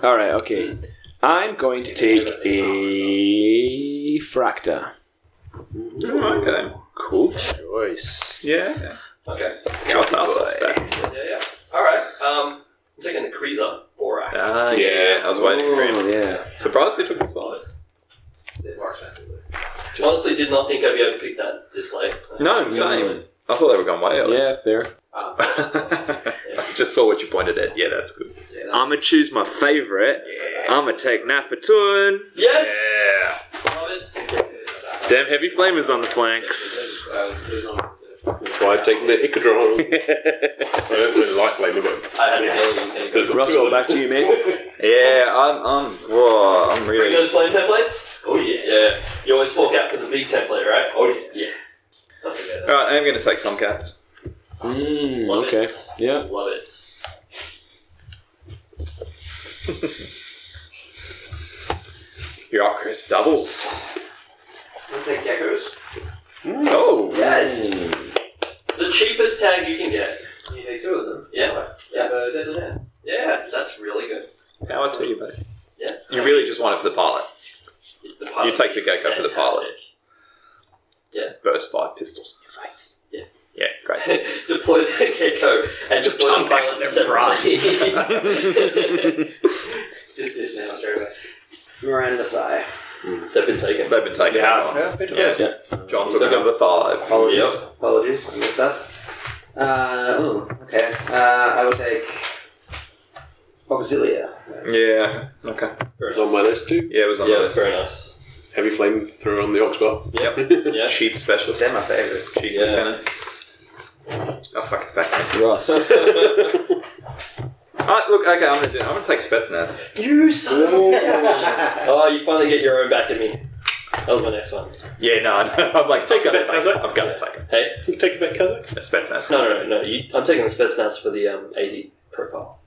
All right. Okay. I'm going to take a fracta.
Oh, okay.
Cool choice.
Yeah.
Okay.
Shot us suspect.
Yeah, yeah. All right. Um, I'm taking the Kreezer. Borak.
Ah, yeah. I was waiting for him.
Oh, yeah.
Surprised they took the solid.
Honestly, did not think I'd be able to pick that this late.
No, same. I thought they were going way over.
Yeah. Fair.
Ah.
Ah,
I just saw what you pointed at. Yeah, that's good.
I'm gonna choose my favorite. I'm gonna take Nafatun.
Yes. Love it.
Damn heavy flamers on the flanks.
That's why I've taken the Icodron. I don't really like flaming, but
I had a feeling he was going to go.
Russell, back to you, mate.
Yeah, I'm, I'm, whoa, I'm
Bring
really.
those flame templates? Oh yeah. Yeah. You always fork out for the big template, right? Oh yeah. Yeah. That's a good
Alright, I'm going to take Tomcats.
Mm,
Love
okay.
it.
Yeah.
Love it.
Your Ocarus doubles.
We'll take geckos.
Mm.
Oh,
Yes!
The cheapest tag you can get.
You take two of them.
Yeah.
Yeah, but it doesn't end.
Yeah, that's really good.
now I'll tell you about it.
Yeah.
You really just want it for the pilot.
The pilot
You take the
is
gecko for the pilot. Burst five pistols. Yeah, great.
fantastic. deploy the gecko and
Just
deploy the
jump out
pilot
there,
separately.
Just dismount straight away. Moran Masai.
They've been taken.
They've been taken out.
Yeah, good
Yeah. John took number five.
Apologies.
Yep.
Apologies. I missed that. Uh, ooh, okay. Uh, I will take Auxilia.
Yeah. Okay.
It's on my list too.
Yeah, it was on
Yeah,
the list.
that's very nice.
Heavy flame thrower on the ox bar.
Yep.
Yeah.
Cheap specialist.
They're my favourite.
Cheap
Yeah.
lieutenant. Oh fuck! It's back.
Russ.
Alright, look. Okay, I'm gonna do. I'm gonna take Spetsnaz.
You son of a-
Oh, you finally get your own back at me. That was my next one.
Yeah, no. I- I'm like,
Take
I've got to
it,
take it.
Spetsnaz.
I've got to take it.
Hey?
You take it back, Kazakh.
Spetsnaz.
No, no, no. no. You, I'm taking the Spetsnaz for the um, AD profile.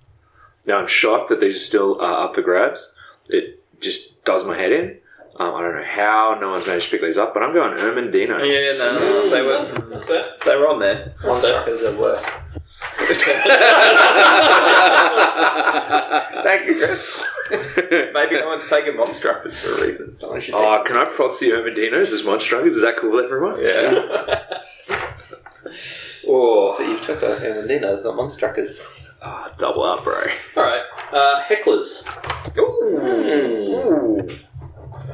Now I'm shocked that these are still uh, up for grabs. It just does my head in. Um, I don't know how no one's managed to pick these up, but I'm going Ermandino.
Yeah, no, no, no. They were
Um, That's fair.
they were on there.
One strikers are worse.
Thank you, Chris. Maybe no one's taking Monstruppers for a reason. Someone Oh, should
Uh, can I proxy Ermandinos as Monstruggers? Is that cool with everyone?
Yeah.
Oh.
But you took the Hermandinas, not Monstruckers.
Ah, double up, bro.
Alright. Uh, hecklers.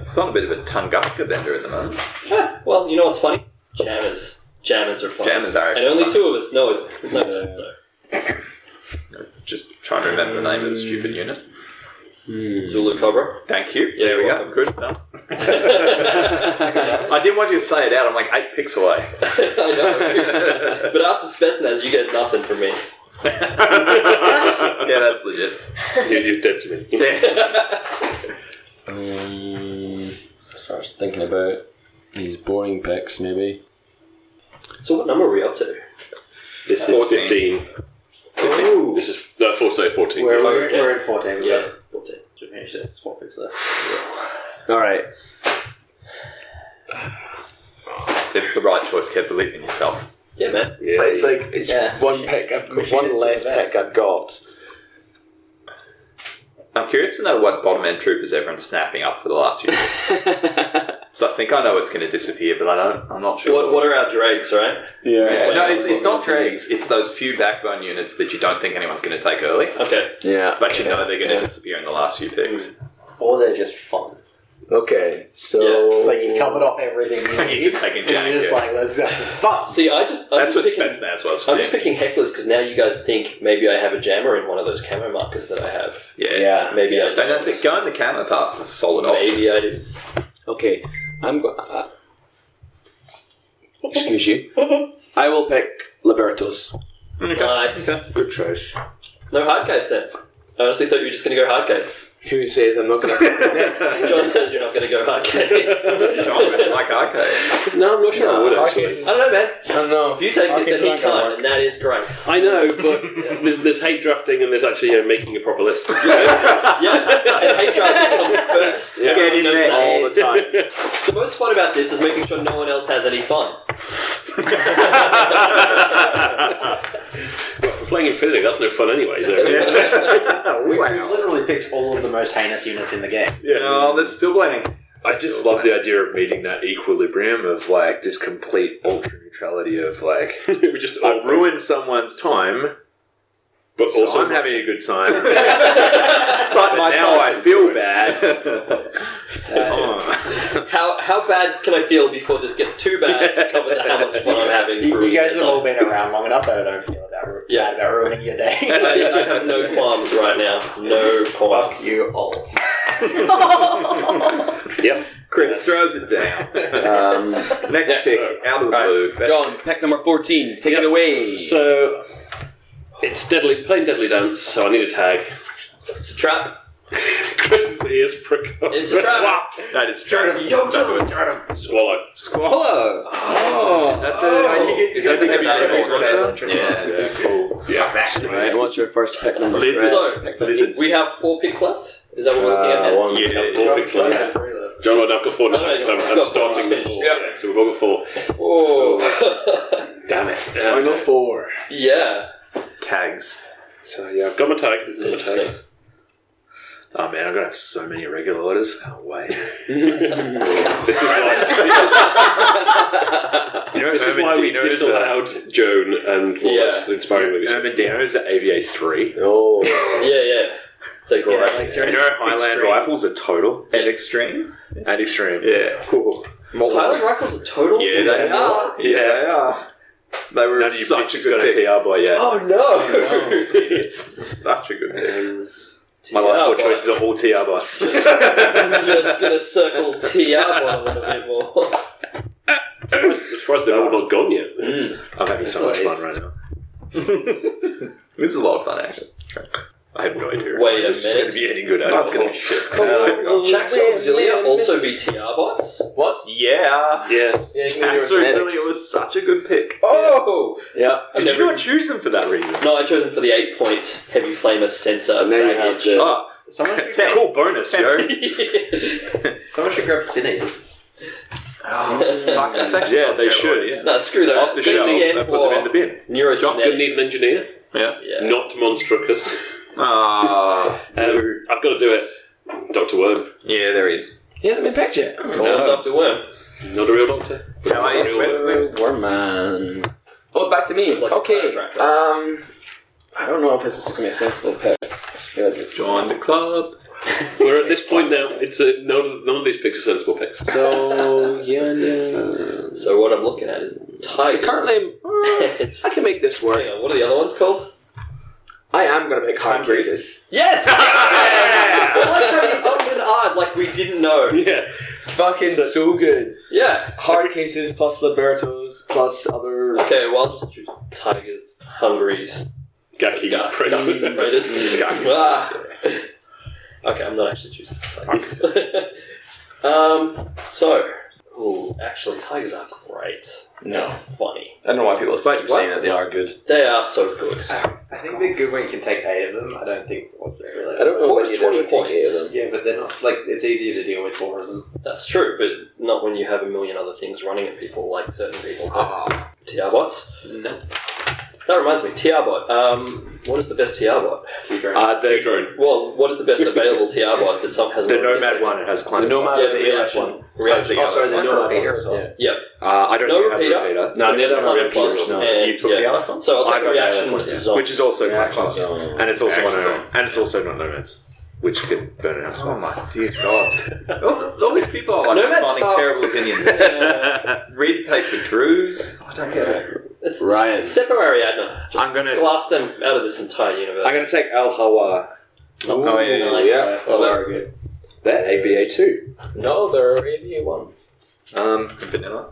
It's on a bit of a Tunguska bender at the moment.
Ah, well, you know what's funny? Jammers. Jammers are fun.
Jammers are
And only two of us know it. No, no, no.
Just trying to remember the name of the stupid unit.
Zulu Cobra.
Thank you. there we
you're
go. Good. Done. I didn't want you to say it out. I'm like eight picks away.
I know. but after Spetsnaz, you get nothing from me.
Yeah, that's legit.
You're, you're dead to me.
um, starts thinking about these boring picks, maybe.
So what number are we up to?
This is
14.
15.
Ooh.
This is no, four, sorry, 14.
We're, we're,
Okay.
we're in 14. We've
Yeah,
got
14.
to finish this. What picks left?
All right.
It's the right choice, Kev. Believe in yourself.
Yeah, man.
Yeah.
It's like it's
Yeah.
one pick. I've got
One less pick I've got.
I'm curious to know what bottom end troopers everyone's snapping up for the last few. years. so I think I know it's going to disappear, but I don't. I'm not sure.
What, what are our dregs, right?
yeah.
Yeah, no, it's, it's not dregs. It's those few backbone units that you don't think anyone's going to take early,
Okay.
Yeah.
but you know they're going to
Yeah.
disappear in the last few picks.
Or they're just fun.
Okay. So.
Yeah,
It's like you've covered off everything you need.
You're just taking
and
Jack,
you're just
yeah.
like, let's have some fun.
See, I just I'm
That's what
just picking,
Spetsnaz was. For
I'm
me.
just picking hecklers because now you guys think maybe I have a jammer in one of those camo markers that I have.
yeah.
Yeah.
Maybe I
And
don't.
that's it. Going the camo paths is a solid option.
Maybe I didn't.
Okay. I'm going. Uh, excuse you. I will pick Libertos.
Nice.
Good choice.
No hard case then. I honestly thought you were just going to go hard case.
Who says I'm not going to? Next.
John says you're not going to go hard case. I
John, would you like Arcade.
No, I'm not
sure I would, actually.
don't know, man.
I don't know.
If you take
Hard
it,
case
then
is
he
not gonna
can't, and that is great.
I know, but there's, there's hate drafting and there's actually uh, making a proper list.
Yeah, and hate driving comes first.
Get in there.
the
All
time.
The most fun about this is making sure no one else has any fun.
We're playing Infinity, that's no fun anyway. So.
We literally picked all of the most heinous units in the game.
Yeah.
No, oh, there's still blaming.
I just love the idea of meeting that equilibrium of like just complete ultra neutrality of like
we just all
I've ruined someone's time,
but
so
also
I'm having a good time.
But
but now I feel bad.
How how bad can I feel before this gets too bad to cover the how much fun I'm having?
You,
for
you guys have all
all.
been around long enough that I don't feel about, ru-
Yeah.
bad about ruining your day.
I, I have no qualms right now. No qualms.
Fuck you all.
Chris throws it down.
Um,
Next pick, out of the blue. Best-
John, pick number 14. Take it away.
So it's deadly, plain deadly dance. So I need a tag.
It's a trap.
Chris's ears prick up.
It's a trap.
That is true.
Yo,
Swallow.
Squallow. Oh.
Is that the, is that the heavy
that
weapon
every
launcher?
Yeah.
Cool. Yeah.
Right, what's your first pick number?
Lizard.
So,
Lizard.
we have four picks left? Is that what we're looking at?
Uh,
now?
one.
Yeah, I've four picks left. John, I've got four now.
No, no,
I'm,
you've
I'm
got four.
starting the four.
Yeah.
Yeah, so we've all got four.
Oh.
Damn it.
Um,
four.
yeah.
Tags.
so yeah, I've got my tag. This is my
Interesting.
tag.
Oh man, I'm gonna have so many irregular orders. Oh wait.
This is why,
You know,
this is why we
uh,
disallowed Joan and Wallace inspiring movies.
Urban Dinos are AVA three.
Oh.
Yeah, yeah. They're great.
You know, Highland
Extreme.
rifles are total
At extreme?
and extreme.
Yeah.
Ooh.
Highland rifles are total.
Yeah,
they
Ah.
Yeah, they are. They were
None of you
such a
bitches got
good
a
pick.
TR boy yet.
Oh no!
Idiots.
Such a good pick.
My last four
TR
choices are all TR bots.
I'm just gonna circle TR one a little bit more.
I'm surprised they're all not gone yet.
I'm having so much
That's
fun right now.
This is a lot of fun, actually. It's great.
I have no idea.
Wait
if
a
this is going
minute.
to be any good at
Oh, it's
all. Um,
gonna be shit.
Will Jack's
Where-
Auxilia
where-
also be TR bots?
What?
Yeah.
Yeah.
Yeah,
Answer Auxilia was such a good pick.
Oh!
Yeah.
Did you not choose them for that reason?
No, I chose them for the 8 point heavy flamer sensor. Oh,
And then you have
baggage.
the-
Oh,
Someone should,
Ten.
cool bonus, yo.
someone should grab Sinews.
Fuck, that's actually
Yeah,
not
they
terrible.
should. Yeah.
no, screw
So
that.
off the
Give
shelf,
me
I
N
put them in the bin.
Neurosynetics.
Doctor needs an engineer,
Yeah.
not Monstricus.
Ah,
Um, I've got to do it. Doctor Worm,
yeah, there is.
He hasn't been picked yet.
Call him Dr. Worm.
not a real doctor. but
How are
he's a
you?
real
Where's-
worm.
where's-
Warman. Oh, back to me.
like a
okay.
chiropractor.
Um, I don't know if this is going to be a sensible pick. Just feel like it's-
Join the club.
We're at this point now. It's a, none, none of these picks are sensible picks.
So, yeah, yeah.
So what I'm looking at is
So
Tigers.
currently, uh, I can make this work.
Hang on, what are the other ones called?
I am going to pick hard
Hungries.
cases.
Yes! I like how you hummed and ahed like we didn't know.
Yeah.
Fucking so, good.
Yeah.
Hard cases plus Libertos plus other.
Okay, well, I'll just choose Tigers, Hungries,
Gaki.
Ga-
Predator.
Ga- Raiders. Ah. Okay, I'm not actually choosing Tigers. um, so, ooh, actually, Tigers are great. They're
No,
funny.
I don't know why people keep
what?
saying that they are good.
They are so good.
I think the good one can take eight of them. I don't think was there really.
I don't know
Four
what
is
you would
20
take eight of
points.
them.
Yeah, but they're not like it's easier to deal with four of them.
That's true, but not when you have a million other things running at people, like certain people. TR bots.
No,
That reminds me, TR bot. Um, what is the best TR bot?
Uh, the,
Drone.
Well, what is the best available TR bot that some has
the Nomad one, it has climate.
Nomad
Yeah, the
Elect
reaction.
one.
Reaction.
Oh, sorry,
the
the
Nomad
Nomad
one. Yeah.
Uh, I don't
No
know if it has a
repeater.
repeater.
No, they don't have
Climate
reactions,
plus,
no.
and-
You took
yeah.
the other one?
So I'll
I
take
got the
reaction
other
is on.
Which is also
Yeah,
yeah, class.
close. Yeah.
And it's also
Yeah,
not
close.
nomad. And it's also not nomads, which could burn out.
Oh my dear god. all, all these people are like
Nomads
finding
are-
terrible opinions.
Uh,
Reds hate the Druze. I don't get it.
It's-
Ryan.
Separate Ariadna.
I'm gonna
Blast them out of this entire universe.
I'm gonna take Al Hawa.
Oh, yeah, yeah,
nice.
yeah.
Well, they're-
They're ABA two.
No, they're AVA one.
Um,
Vanilla.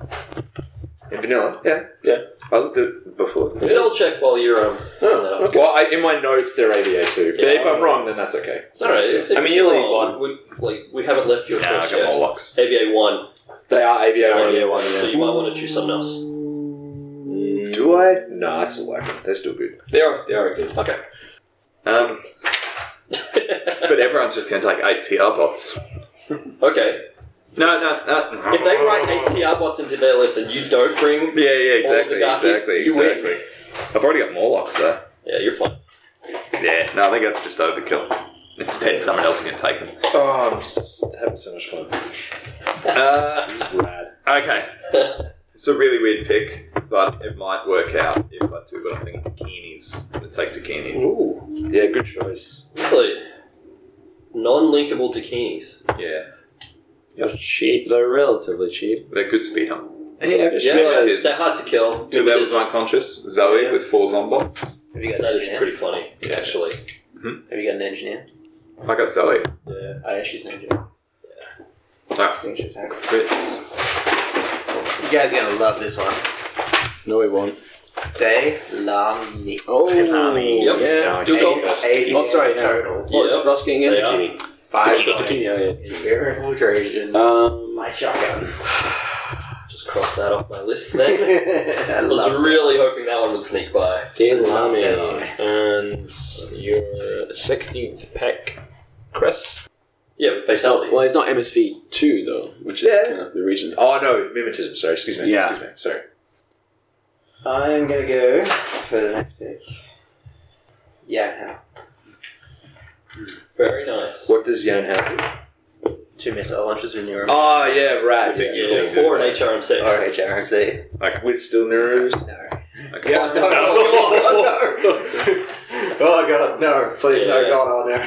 in vanilla. Yeah,
Yeah.
I looked at it before.
Maybe I'll check while you're um.
Oh, okay.
Well, I, in my notes they're ABA two, but
Yeah.
if I'm wrong, then that's okay. So, yeah.
Alright.
I mean, you only one.
We, like, we haven't left your
Nah, I
choice
got
yet.
Morlocks.
AVA 1.
They are ABA one.
AVA 1, so you might want to choose something else.
Do I? No, I still like them. They're still good.
They are. They are good. Okay.
Um, but everyone's just going to take eight TR bots.
okay.
No, no, no.
If they write 8 TR bots into their list and you don't bring.
Yeah, yeah, exactly,
All the darkies,
exactly,
you win.
exactly. I've already got Morlocks, though.
Yeah, you're fine.
Yeah, no, I think that's just overkill. Instead, someone else can take them.
Oh, I'm s- having so much fun.
Uh,
This is rad.
okay. It's a really weird pick, but it might work out if I do, but I think Takinis. I'm going to take Takinis.
Ooh. Yeah, good choice.
Really? Non linkable bikinis.
Yeah.
They're cheap. They're relatively cheap.
They're good speed hump.
Hey, I just
Yeah,
realized.
is.
they're hard to kill.
Two levels of unconscious. Zoe with four zombots.
have you got
That
an
is
engineer?
pretty funny, actually.
Have you got an engineer?
I got Zoe.
Yeah.
Oh, yeah, she's an engineer.
No,
I think she's an engineer.
Chris.
You guys are gonna love this one.
No, we won't.
De la Mi.
Oh,
Yep.
yeah.
No,
Do go.
Oh, sorry,
Total.
What's
Yep.
Ross getting in?
They are.
Five
Touchdown.
points.
Yeah, yeah.
Inferior infiltration.
Um,
My shotguns.
Just cross that that off my list then.
I
I was
love
really hoping that one would sneak by.
Delamy. And
uh,
your 16th pick, uh, Chris.
Yeah, but fatality.
Well, it's not MSV 2, though, which is
Yeah.
kind of the reason.
Oh no, mimetism. Sorry, excuse me.
Yeah.
Excuse me. Sorry.
I'm gonna go for the next pick. Yeah,
Very nice.
What does Yan have?
no. two missile launches with your
Oh yeah, right.
Big
Yeah,
user. Or an HRM six.
or HRMC.
Like with still mirrors.
No.
Okay.
God, no, no, oh, no. oh god, no! Please,
Yeah.
no, God, oh no, no,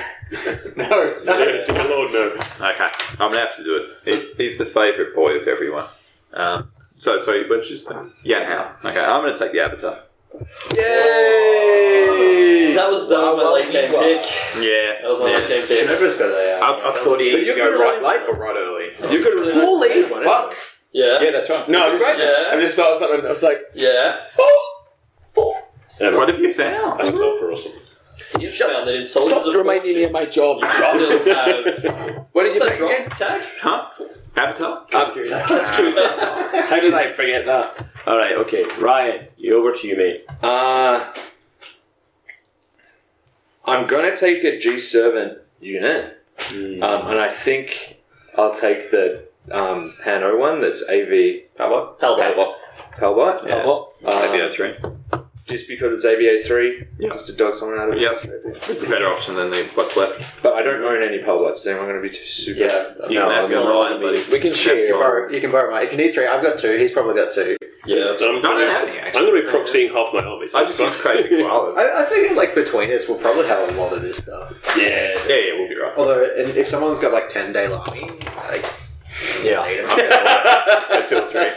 no.
Yeah, Lord, no.
Okay, I'm gonna have to do it. He's, he's the favourite boy of everyone. Um, so sorry, what did you say? Yeah, how? Okay, I'm gonna take the avatar.
Yay! That was that was my late game pick.
Yeah,
That was my late game pick.
Shinobra's got a.
I,
Uh,
I thought he
But
would
you're
go
gonna
right
really-
late or right early.
You've got a really
Holy
nice
fuck!
Yeah.
Yeah, that's right.
No, I just,
Yeah.
I just thought of something. I was like,
Yeah.
Yeah,
What
but
have you found?
I think so for us.
You found that in Soldiers
stop
of
reminding me
Fortune,
of my job.
you still have.
What
Is that drop tag?
Huh? Avatar? Ah. Uh,
How did I forget that? All right, okay, Ryan, you over to you, mate.
Uh, I'm gonna take a G7 unit,
Hmm.
um, and I think I'll take the um, Pano one. That's AV
Power?
Hellboy.
Palbot.
Yeah.
Um,
Maybe a three.
just because it's AVA three,
Yeah.
just to dog someone out of it.
Yep. It's a better option than the what's left.
But I don't own any Palbots, so I'm going to be too super.
yeah,
You can
No,
have
I'm
your
not
right, buddy.
We can
you
share.
can borrow. You can borrow mine. If you need three, I've got two. He's probably got two.
I'm
Yeah.
No, I don't
gonna,
have any
I'm gonna
actually.
be proxying half my army. so
I just
it's
use crazy koalas.
I, I figure like between us, we'll probably have a lot of this stuff.
Yeah.
yeah, yeah, we'll be right.
Although, and if someone's got like ten day lami, like
I'm
yeah,
gonna go two or
Uh,
three.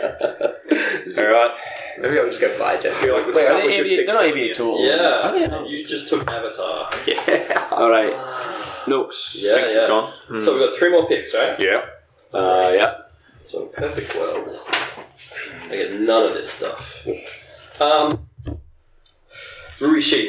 All right.
maybe I'll just go buy Jeff.
I feel like this
Wait,
is
are
how we could
They're
fix
not
it.
aviators at all.
Yeah. You just took Avatar.
Yeah.
All right, Noakes.
Yeah,
Sphinx
yeah.
is gone. Mm.
So we've got three more picks, right?
yeah.
Uh, yeah.
So in perfect world, I get none of this stuff. Um, Rishi.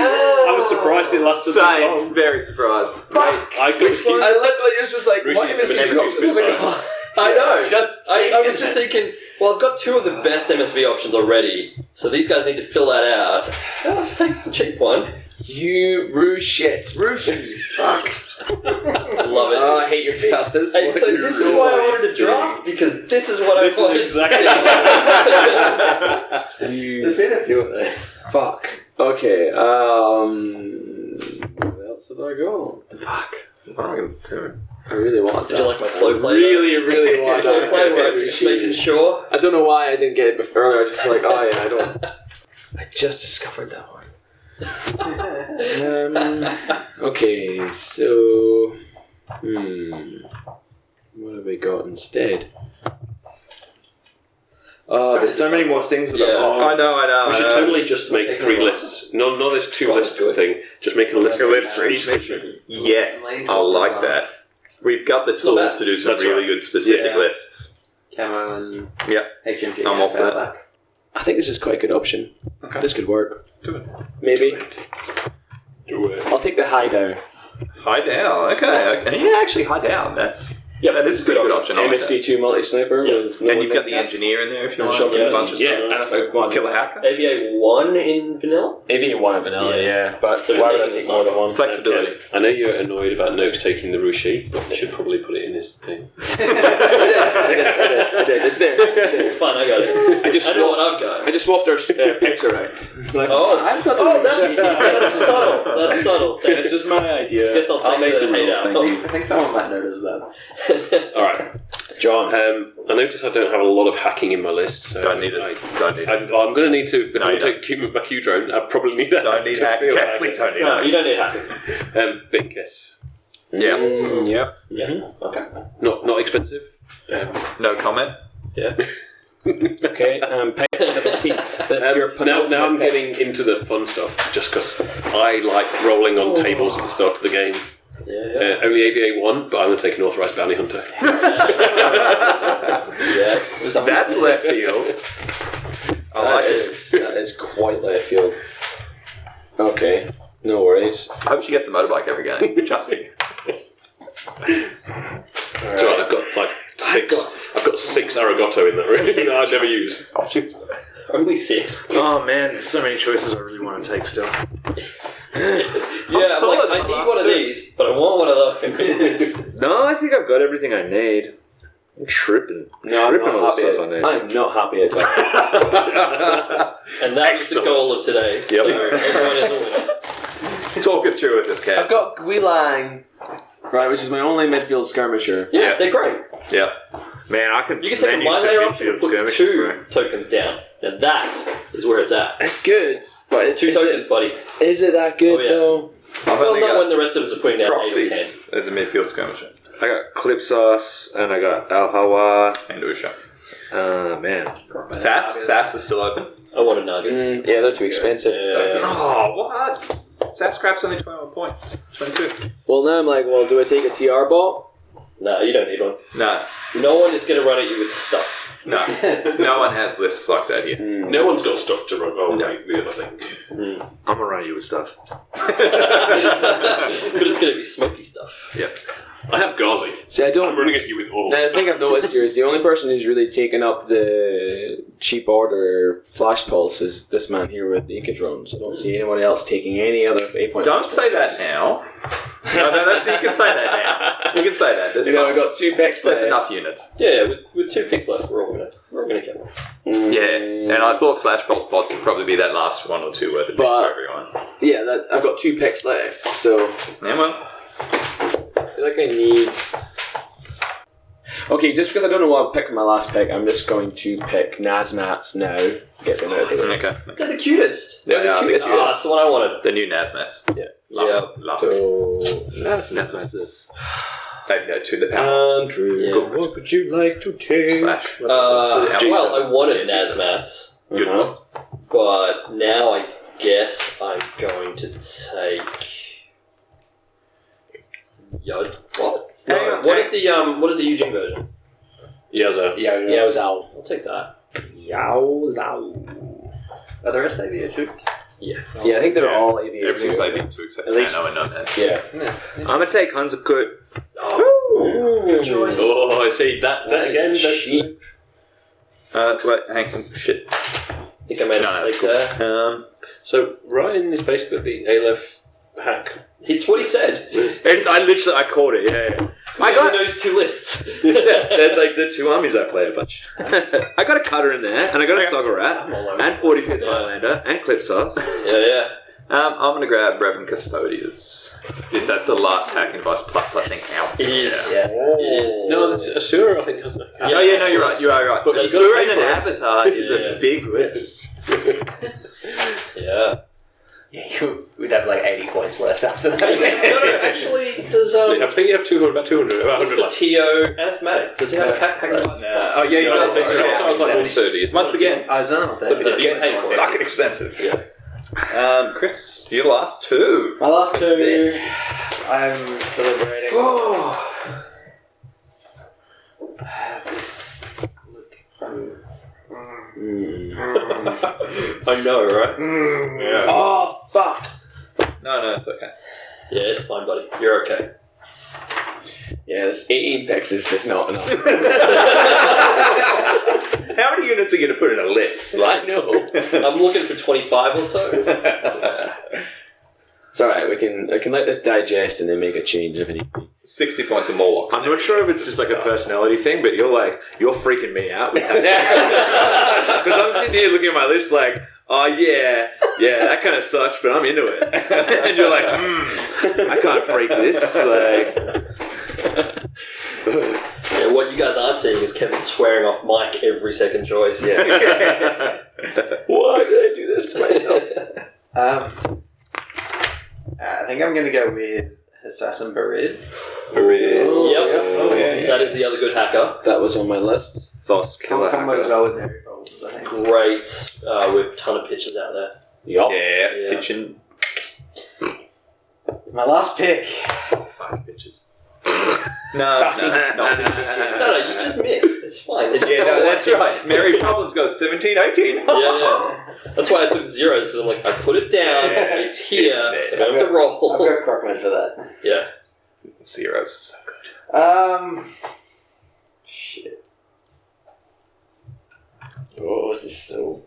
oh.
I was surprised it lasted this long.
Same. Very surprised.
I could
I love what yours was like.
Rishi,
What
but
MSV
never
drops?
used his
Oh my
phone.
God.
I know.
Just
I, I was just thinking. Well, I've got two of the best MSV options already, so these guys need to fill that out. Yeah, I'll just take the cheap one.
you rue shit. Rue shit.
Uh, I love it.
I hate your
Custards.
and so this is why I wanted to draft because this is what
This
I
is
wanted.
exactly-
There's been a few of those.
Fuck. Okay. Um. What else did I go?
What am I going to do?
I really want
Did you
that.
like my slow play?
Really, really want
slow play where I was just making
that.
sure.
I don't know why I didn't get it before. earlier. I was just like, oh yeah, I don't. I just discovered that one. Um, okay, so hmm, what have we got instead?
Oh, there's so many more things that
Yeah.
I'm.
I know, I know.
We
I
should
know.
totally just make three lists. No, not this two list thing. Just make a list.
a list for each mission. Yes, I like that. We've got the tools
bad.
to do some
That's
really
right.
good specific
Yeah.
lists.
Cameron.
Yeah.
HMG.
I'm off that.
Back.
I think this is quite a good option.
Okay.
This could work. Maybe
Do it.
I'll take the high down.
High down. Okay. okay. Yeah, actually, high down. That's yeah, that is a pretty good option. I like that.
MSD two multi sniper.
Yeah.
with no
and you've got the
event
engineer in there if you
And
want.
shotgun
Yeah, a bunch of
Yeah,
stuff.
and if I want
Killer hacker.
AVA one in vanilla.
AV one of vanilla. Yeah, but
So
why would I
it's
take
not-
more than one?
Flexibility.
I know you're annoyed about Noakes taking the Rushi, but you should probably put it in this thing.
I did, I did, I did. It's there.
It's fine. I got it.
I just
I know
swapped.
what I've got.
I just swapped our uh, picks around. Like,
Oh,
I've got the
Oh,
rules.
that's, that's subtle. That's subtle.
this is my idea.
Guess I'll take
make
the
the rules.
hate
Thank
out.
you.
I think someone might notice that.
All right.
John.
Um, I notice I don't have a lot of hacking in my list, so
Don't need
I,
it. Don't need it.
I'm, I'm going to need to. If
No,
I
you
take Q, my Q drone, I probably need that.
Don't need hack. Definitely don't need
No,
hack.
you don't need hacking.
Um, Binkus.
Yeah.
Mm, yep.
Not not expensive. Um,
No comment.
Okay. Um, pick seventeen. The,
Um,
your
now,
penultimate
now I'm
pick.
getting into the fun stuff, just because I like rolling on tables at the start of the game.
Yeah,
Uh, only AVA one, but I'm going to take an authorized bounty hunter.
yeah.
That's left field. I like it.
that is quite left field. Okay. No worries.
I hope she gets a motorbike every game. Trust me.
So I've got like six. I've got six Arigato in that room that I never use.
Only six.
Oh man, there's so many choices I really want to take still.
Yeah, I'm like, I need one of these, but I want one of those.
No, I think I've got everything I need. I'm tripping.
No, I'm
tripping all the
not happy.
stuff I
At,
need.
I'm not happy at all.
and that was the
Excellent.
goal of today. So everyone is a winner.
Talk it through with this cat.
I've got Guilang, right, which is my only midfield skirmisher.
Yeah, they're great.
Man, I can.
You can take
man,
a one
sit
layer
in
option and
field
put
skirmishes,
two
bro.
tokens down. Now that is where it's at.
It's good, but it,
Two
is,
tokens,
it,
buddy.
is it that good
Oh, yeah.
though?
I've
Well,
only
not when
got
the rest of us are putting down eight or ten.
proxies as a midfield skirmisher
I got Clipsas and I got Al Hawa.
and Usha.
Uh, man.
Sass? Sass is still open.
I want a Nuggets.
Mm, yeah, they're too expensive.
Yeah.
Oh, what? Sass craps only 21 points. 22.
Well, now I'm like, well, do I take a TR ball?
No, you don't need one.
No,
No one is going to run at you with stuff.
no. no one has lists like that here.
No one's got stuff to run. Oh, no. the other thing.
I'm gonna run you with stuff.
Mm.
but it's going to be smoky stuff.
I have Gazi.
See, I
I'm
don't.
running at you with all.
I
this.
think I've noticed here is the only person who's really taken up the cheap order flash pulse is this man here with the Incadrones. I don't see anyone else taking any other eight point.
Don't say that now. No, no, that's, you can say that now. You can say that. This
You know, I've
time.
got two picks
That's
left.
enough units.
Yeah, with, with two picks left, we're all going to we're all going to get one.
Mm.
Yeah, and I thought Flashbox bots would probably be that last one or two worth of picks
But-
for everyone.
Yeah, that, I've got two picks left, so
Yeah, well,
I feel like I need. Okay, just because I don't know what I'm picking my last pick, I'm just going to pick Nazmats now. Get them out of the way.
okay.
They're the cutest.
They are the
cutest.
Ah, it's the one I wanted.
The new Nazmats.
Yeah.
Love
Yeah.
it. Love it.
So, uh-huh.
Nazmats is. They go to the pounds.
Andrew,
Yeah.
what would you like to take?
slash.
Uh,
Jason.
well, I wanted Nazmats,
Good
Uh-huh.
ones.
but now I guess I'm going to take. Yod. What?
Hang on,
what
hang-
is the um? What is the Eugene version?
Yaza.
Yeah, yeah, Zal.
I'll take that.
Yao Zal.
Are the rest maybe too? Yeah.
Yeah, I think they're
Yeah.
all aviators.
Everything's like been too except
At least-
Nano and Nomad.
Yeah.
I'm gonna take Hansa Kurt.
Good choice.
Oh, I see that. That
That
again.
is
That,
cheap.
Uh, wait, hang on. Shit.
I think I made a
No, no,
mistake
cool.
there.
Um,
so Ryan is basically the Aleph hack.
It's what he said.
It's I literally I called it. Yeah, yeah. I
I got
got
those two lists.
they're like the two armies I play a bunch. I got a cutter in there, and I got a
I'm all
Sogarat,
over
and
the place.
45th
Yeah.
Highlander, and Clipsas.
yeah, yeah.
um, I'm going to grab Revan Custodians. Yes, that's the last hack and vice plus, I think, now.
It is.
Yeah.
It is.
No, that's Asura. I think doesn't.
Oh, yeah, no, you're right. You are right.
But
But
you
Sura
gotta pay
and an
for it.
avatar is
Yeah.
a big list.
Yeah.
Yeah, you, we'd have like 80 points left after
Hey, no, no,
that.
actually, does um,
I think you have 200, about 200, about
what's
100
the
left.
TO anathematic? Does he have a hack? hack
Oh, yeah, you
Yeah,
does.
I think so.
Yeah,
I was like,
exactly. Once again,
Azal, then.
But it's
Yeah,
getting paid for.
fucking expensive. Um, Chris, your last two.
My last
That's
two.
it. I'm deliberating. Ah, this look. Mm. Mm.
I know, right?
Mm.
Yeah.
Oh, fuck.
No, no, it's okay.
Yeah, it's fine, buddy. You're okay.
Yeah, this 18 picks is just not enough.
How many units are you going to put in a list?
I know. I'm looking for 25 or so.
it's alright, we can, I can let this digest and then make a change if any.
60 points of Morlocks.
I'm not sure if it's just like a personality thing, but you're like you're freaking me out with that. Because I'm sitting here looking at my list like, oh yeah, yeah, that kind of sucks, but I'm into it. and you're like,
mm,
hmm, I can't break this. Like,
Yeah, what you guys aren't seeing is Kevin swearing off Mike every second choice. Yeah.
why did I do this to myself?
Um, Uh, I think I'm going to go with Assassin Barid.
Hooray.
Yep.
Oh, yeah, yeah.
That is the other good hacker.
That was on my list.
Thos
Come,
killer.
come as
hacker.
well with Mary Poppins, I think.
Great. Uh, with a ton of pitches out there.
Yup.
Yeah,
Yeah.
pitching.
My last pick.
Fuck, bitches. No, no,
No,
no.
no, you just missed. It's fine.
Yeah, no, that's right. Mary Problems goes 17, 18.
Yeah, yeah. That's why I took zeros because I'm like, I put it down.
Yeah.
It's here.
It's
I
there.
don't have to
I've
roll.
got Crockman for that.
Yeah.
Zeros.
Um, shit. Oh,
was this so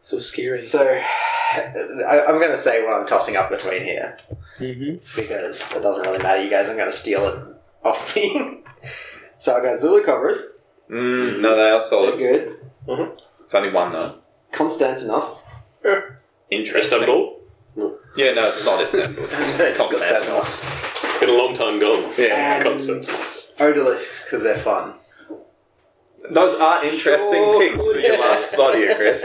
so scary?
So, I, I'm going to say what I'm tossing up between here. Mm-hmm. Because it doesn't really matter, you guys. I'm going to steal it off me. so I got Zulu covers.
Mm, no, they are
They're
solid.
good.
It's only one though.
Constantinos.
Interesting.
Istanbul.
Yeah, no, it's not Istanbul. Constantinos.
Been a long time gone.
Yeah.
Constantinople.
Odalisks, because they're fun. Oh,
Those are interesting picks for your last spot here, Chris.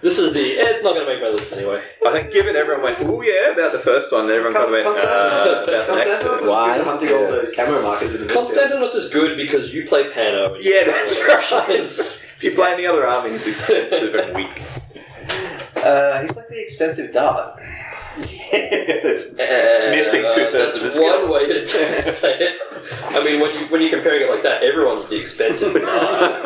This is the. eh, It's not going to make my list anyway.
I think given everyone went, oh yeah, about the first one, then everyone kind of went, uh, about the next
Constantinos is
one.
good at hunting all those camo markers in the midfield.
Constantinos is good because you play Pano. and you-
Yeah, that's right. if you play any other army, it's expensive and weak.
Uh, he's like the expensive dart.
It's-
Uh,
Missing two-thirds of the
that's
skills.
One way to say it. I mean, when you when you're comparing it like that, everyone's the expensive. die.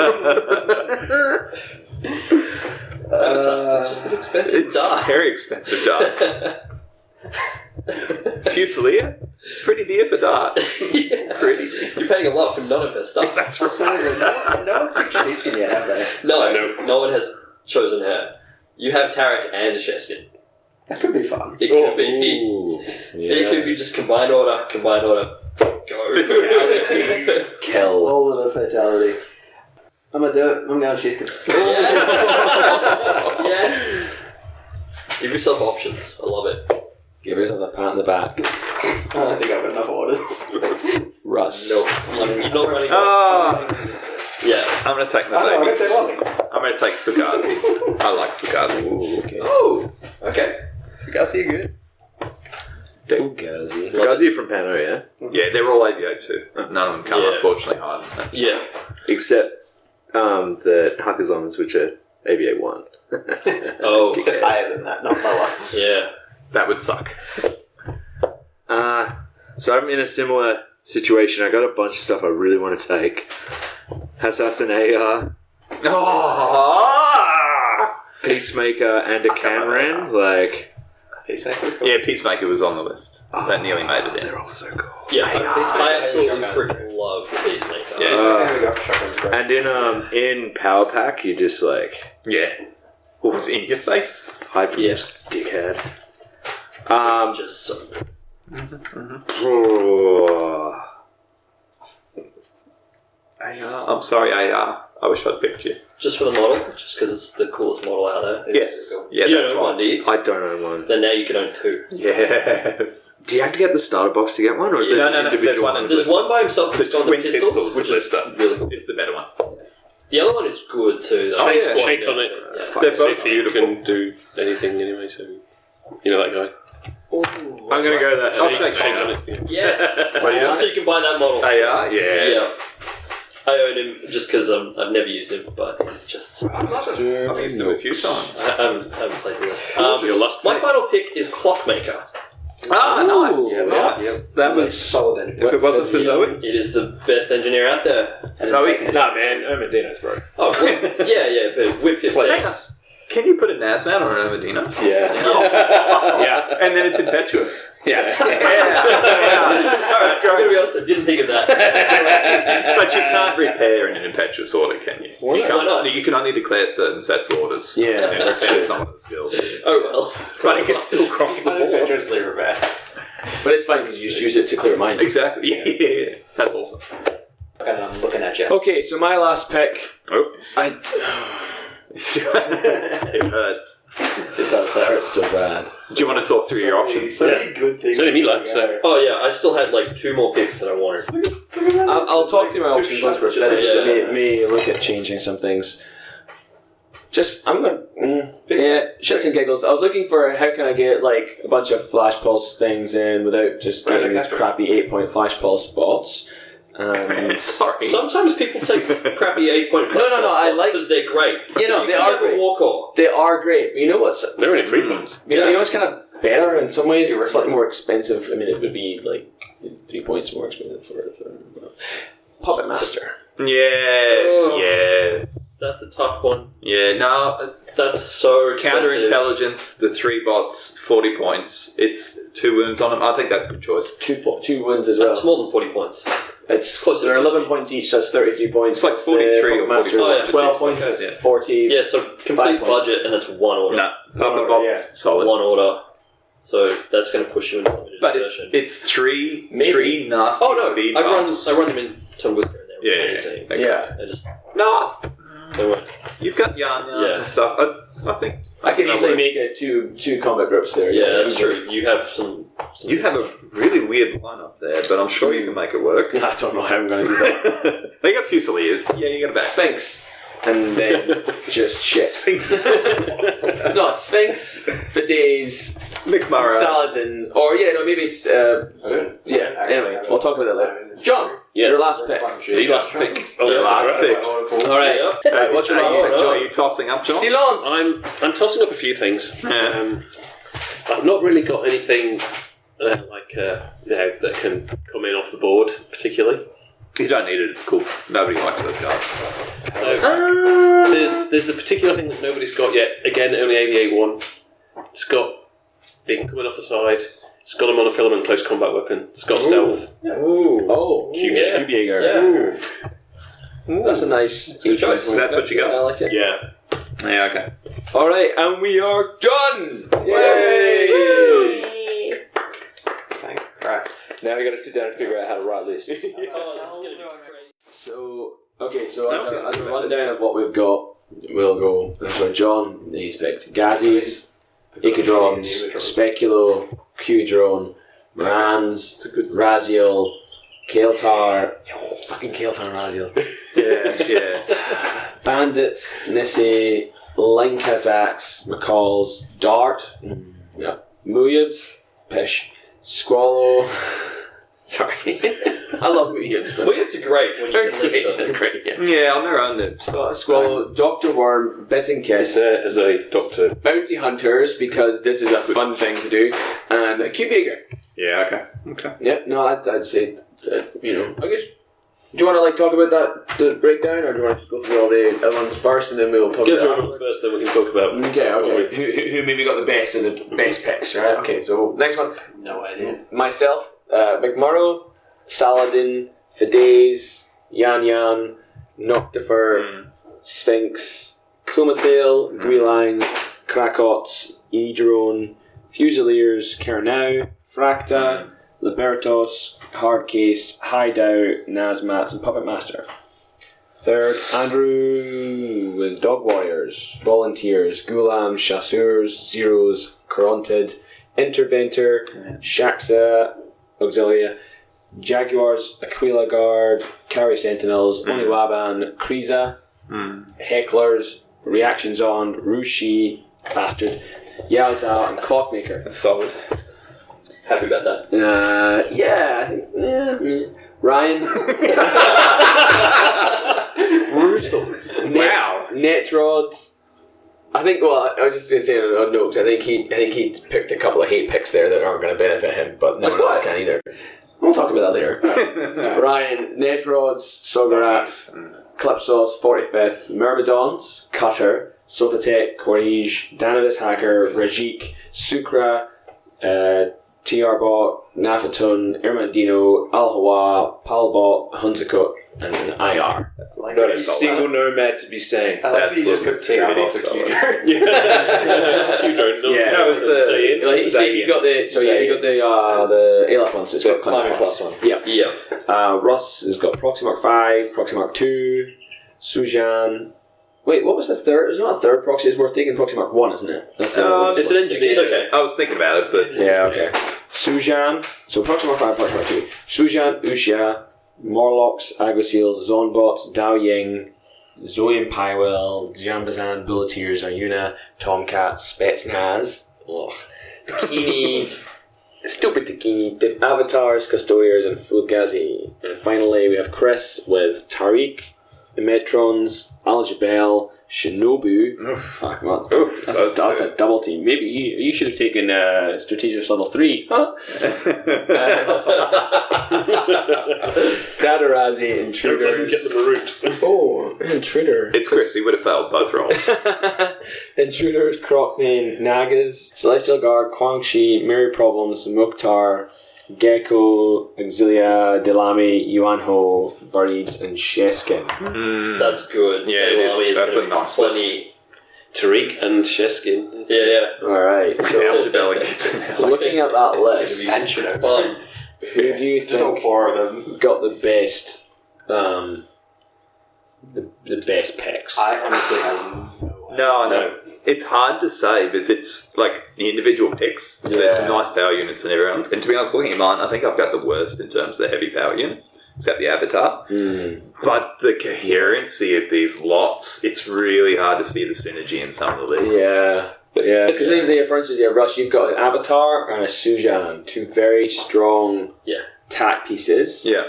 it's, a- it's just an expensive
it's
die.
very expensive dart. Fusilier? Pretty dear for dart.
Yeah.
Pretty dear.
You're paying a lot for none of her stuff.
That's right.
no one's picked Shishkin yet, have they?
No,
No.
no one has chosen her. You have Tarek and Sheskin.
That could be fun.
It could be.
Oh,
It could be just combined order, combined order. Go.
Fatality.
Kill.
All of the fatality. I'm gonna do it. I'm going Shishkin.
yes. yes. Give yourself options. I love it.
Give yourself a pat on the back.
I don't think I've got enough orders.
Russ.
No, I'm- you're not running.
Ah,
Yeah.
I'm going to take the
I don't know,
babies.
I don't
I'm going to take Fugazi. I like Fugazi.
okay.
Oh. Okay.
Fugazi, you good?
Fugazi.
Fugazi from Pano, yeah?
Yeah, they're all AVO too. None of them come,
Yeah.
unfortunately, higher than that.
Yeah.
Except um, the Hakazons, which are ABA 1.
Oh.
Except higher than that, not lower.
Yeah.
That would suck.
Uh, so I'm in a similar situation. I got a bunch of stuff I really want to take. Hassas and AR,
Ah.
Peacemaker, and a Camran. Like,
Peacemaker.
Yeah, Peacemaker was on the list. That nearly made it in.
they're all so cool.
Yeah. I absolutely
Shotgun.
freaking love Peacemaker.
Yeah.
Uh,
There we go. Shotgun's great.
and in um in Power Pack, you just like
Yeah. What was Oh, in your face?
hide from
Yeah.
this dickhead. Um,
Just so good.
AR. I'm sorry, AR. I wish I'd picked you.
Just for the model, just because it's the coolest model out there.
Yes. Yeah,
you
that's
don't own one,
one.
do you?
I don't own one.
Then now you can own two.
Yes.
Do you have to get the starter box to get one, or is
Yeah,
No,
there an
no, no. There's
individual
one in
There's
Blister.
one by himself
The
that's got the
twin
pistols,
pistols
which
with
is
Blister.
really cool.
It's the better one.
The other one is good too. Though.
Oh,
Shake-
yeah.
Shake
Shake on it.
Yeah.
They're
So
both
for you, you
beautiful.
can do anything anyway. So you know that guy.
Oh,
I'm gonna go that.
I'll take
Shake
AR.
on it. yeah.
Yes.
Well,
Just so you can buy that model.
AR? Yeah.
Yeah. I own him just because um, I've never used him, but it's just I,
I love them. I've used them a few times.
I haven't, I haven't played the list. Um,
Your last
my
pick.
final pick is Clockmaker.
Ah, nice.
Yeah,
nice. That was
solid.
If it wasn't for Zoe,
It is the best engineer out there.
Zoe,
Nah, man. I'm a Dinos, bro.
Oh, Whip- yeah, yeah, but Whip 15.
Place. can you put a Nasman on an Overdino?
Yeah.
yeah.
And then it's impetuous.
Yeah.
Alright, I'm going to be honest, I didn't think of that.
but you can't repair in an impetuous order, can you?
Why
you
not?
can't-
Why not?
You can only declare certain sets of orders.
Yeah,
and
that's
repair is not a skill.
oh well.
But it can still cross the board.
Unimpetuously reversed.
But it's fine because you just use it to clear mind.
Exactly. Yeah, yeah, yeah. That's awesome.
Okay, I'm looking at you.
Okay, so my last pick.
Oh.
I.
it hurts.
It does hurt.
so bad.
Do you want to talk through your options?
So many good things.
There's only me left, so-
Oh yeah, I still had like two more picks that I wanted.
I'll, I'll talk through my options once we're finished.
Yeah.
May, may look at changing some things. Just, I'm gonna. Mm, yeah, shits and giggles. I was looking for how can I get like a bunch of flash pulse things in without just
Right,
getting
that's right.
crappy eight point flash pulse spots. Um,
Sorry.
Sometimes people take crappy eight point.
No, no, no, I like-
because they're great.
You know,
you
they
can
are
have
great.
a walk off.
they are great, but you know what's
They're only free ones.
You know, you know it's kind of better in some ways.
You're
It's
right.
like more expensive. I mean, it would be like th- three points more expensive for for- Puppet Master.
Yes,
Oh.
yes.
That's a tough one.
Yeah, no,
That's so expensive.
counterintelligence, the three bots, 40 points. It's two wounds on them. I think that's a good choice.
Two po- two wins as well.
That's more than forty points.
It's
Close to
they're eleven points each, so that's thirty-three points.
It's like
What's the
43 or
Puppet Master's
45.
Twelve points,
Yeah.
it's forty.
Yeah, so complete
points.
budget and it's one order.
No, Puppet
Order,
Bot's
yeah.
solid.
One order. So that's going to push you into limited
But it's
insertion.
it's three
Maybe.
three nasty
oh no!
speed
I run
bumps.
I run them into Whisper and
Yeah,
they're
yeah, yeah.
amazing.
Okay.
Yeah.
I just
No,
they weren't.
you've got yarn yarns
Yeah.
and stuff. I, I think
I can
that
easily
works.
make it two two combat groups there.
Yeah, that's true. You have some. some
You have a really weird lineup there, but I'm sure you can make it work.
I don't know how I'm going to do that.
I got Fusiliers. Yeah, you got a back.
Sphinx, and then just shit.
Sphinx.
No, Sphinx, Fides,
McMurray.
Saladin, or yeah, no, maybe it's uh, yeah. Anyway, we'll talk about that later. John, your last pick.
The last pick. Oh,
Your
yeah,
last
right.
pick.
All right.
Right, what's your last
Oh,
pick,
no.
John? Are you tossing up, John?
Silence.
I'm I'm tossing up a few things.
Yeah.
Um, I've not really got anything uh, like uh, you know, that can come in off the board particularly.
You don't need it. It's cool. Nobody likes those guys.
So
Uh,
there's there's a particular thing that nobody's got yet. Again, only AVA one. It's got it can come in off the side. It's got a monofilament close combat weapon. It's got stealth.
oh,
Cube- yeah.
QBA guard. That's a nice good choice.
That's what you got.
I like it.
yeah.
Yeah, okay.
All right, and we are done.
Yay!
Thank Christ.
Now we gotta sit down and figure out how to write this.
So okay, so as a, as a rundown of what we've got, we'll go. We've got John. He's picked Gazzies, Icodrons, Speculo, Qdrone, Rans, Raziel, Kael'tar, fucking Kael'tar and Raziel,
Yeah, yeah.
Bandits, Nissi, Linkazax, McCall's, Dart, mm, yeah, Muyibs, Pish, Squallow. Sorry, I love Muyibs. but-
Weirds are great when you can link them.
yeah, on their own, they're
Squall- Squallow, Doctor Worm, Bit and Kiss,
There is a doctor.
Bounty Hunters because this is a fun thing to do, and a Cube Eager.
Yeah, okay. Okay.
Yeah, no, I'd, I'd say, uh, you know, I guess. Do you want to like talk about that the breakdown, or do you want to just go through all the other ones first, and then we'll talk
Go through
about?
everyone's first, then we can talk about.
it? Okay, okay. Who, who, who maybe got the best and the best picks, right? Okay, so next one,
No idea.
myself, uh, McMurrow, Saladin, Fides, Yan Yan, Noctifer, Sphinx, Clomatail, Greeline, Krakot, Edrone, Fusiliers, Kernow, Fracta, Libertos, Hardcase, Hideout, Nazmats, and Puppet Master. Third, Andrew with Dog Warriors, Volunteers, Gulam, Chasseurs, Zeros, Coronted, Interventor, Shaxa, Auxilia, Jaguars, Aquila Guard, Carry Sentinels, Oniwaban, Kriza, Hecklers, Reactions on, Rushi, Bastard, Yaozao, and Clockmaker.
That's solid.
Happy about that.
Uh, yeah, I think, yeah. mm. Ryan, brutal.
Wow.
Net rods. I think. Well, I was just gonna say on on notes. I think he. I think he picked a couple of hate picks there that aren't going to benefit him, but no one else can either. We'll talk about that later. Ryan, net rods, Sogarats, Clipsos, 45th, Myrmidons, Cutter, Sofatech, Quarige, Danavis Hacker, Rajik, Sukra, uh, TR Bot, Nafatun, Irmandino, Alhawa, Palbot, Hunzakut, and IR.
That's like
Not a single nomad to be saying.
I like that you just
Absolutely.
put TR off the
Solid.
computer.
You don't know.
Yeah.
No, it's the-
So you-
Well, he, so he got the so yeah, he got the uh, the A level one, so it's got climbing plus one. Yeah,
Yeah.
uh, Russ has got Proxymark five, Proxymark two, Sujan. Wait, what was the third? It's not a third proxy. It's worth taking Proxymark one, isn't it? That's the
Uh,
one.
it's
It's an engineer. It's okay.
I was thinking about it, but
yeah, okay. Sujan, so Proxymark five, Proxymark two, Sujan, Usha, Morlocks, Aguasil, Zonbots, Dao Ying. Zoyan Pywell, Jambazan, Bulleteers, Ayuna, Tomcat, Spetsnaz, ugh, Kini, Stupid Tikini, Diff Avatars, Custodiers, and Fulgazi. And finally, we have Chris with Tariq, Emetrons, Aljabel, Shinobu. Fuck, well,
Oof,
that's, a-
that's
that's a, double team. Maybe you, you should have taken uh, Strategic Level 3. Huh? Dadarazi,
Don't let him get
Intruders.
the root.
Oh, Intruder.
it's Chris. He would have failed both rolls.
Intruders, Crocnane, Nagas, Celestial Guard, Quang Shi, Mirror Problems, Mukhtar, Gecko, Exilia, Delamy, Yuanho, Buried, and Sheskin.
Mm.
That's good.
Yeah, it
Well,
is.
I mean, it's
That's
gonna
a
be
nice
plenty.
Tariq and Sheskin.
Yeah, yeah.
Alright, so
Algebella gets in there.
looking at that list,
And Shinobi.
Fun.
who do you
There's all
think
four of them.
got the best, um, the, the best picks?
I honestly have no idea.
No, I know. It's hard to say because it's like the individual picks. There's some
Yeah.
nice power units in everyone. And to be honest, looking at mine, I think I've got the worst in terms of the heavy power units, except the avatar.
Hmm.
But the coherency of these lots, it's really hard to see the synergy in some of the lists.
Yeah. Yeah, because in there, for instance, yeah, Russ, you've got an Avatar and a Sujan, two very strong
Yeah.
tack pieces.
Yeah.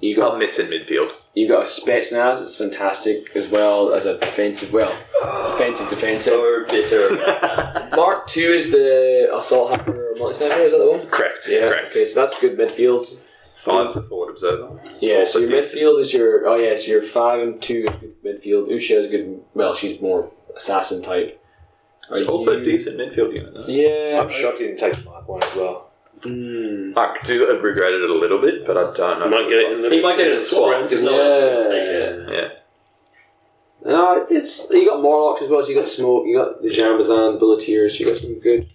You got
I'm missing midfield.
you got a Spetsnaz, it's fantastic as well as a defensive, well, offensive defensive.
So bitter. about that.
Mark two is the assault hammer or multi sniper. Is that the one?
Correct.
Yeah.
Correct.
Okay, so that's good midfield.
Five's the forward observer.
Yeah.
Also
so your
decent.
midfield is your oh yeah, so your five and two is good midfield. Usha is good. Well, she's more assassin type. Are
It's also
you-
decent midfield unit. Though.
Yeah.
I'm shocked you didn't take the Mark 1 as well.
Mm.
I do regret it a little bit, but I don't know.
I might get it in the
he might get it in a squad because no one else is going to take it.
Yeah.
No, it's you got Morlocks as well. So you got Smoke, you got the Jambazan, Bulleteers. You got some good.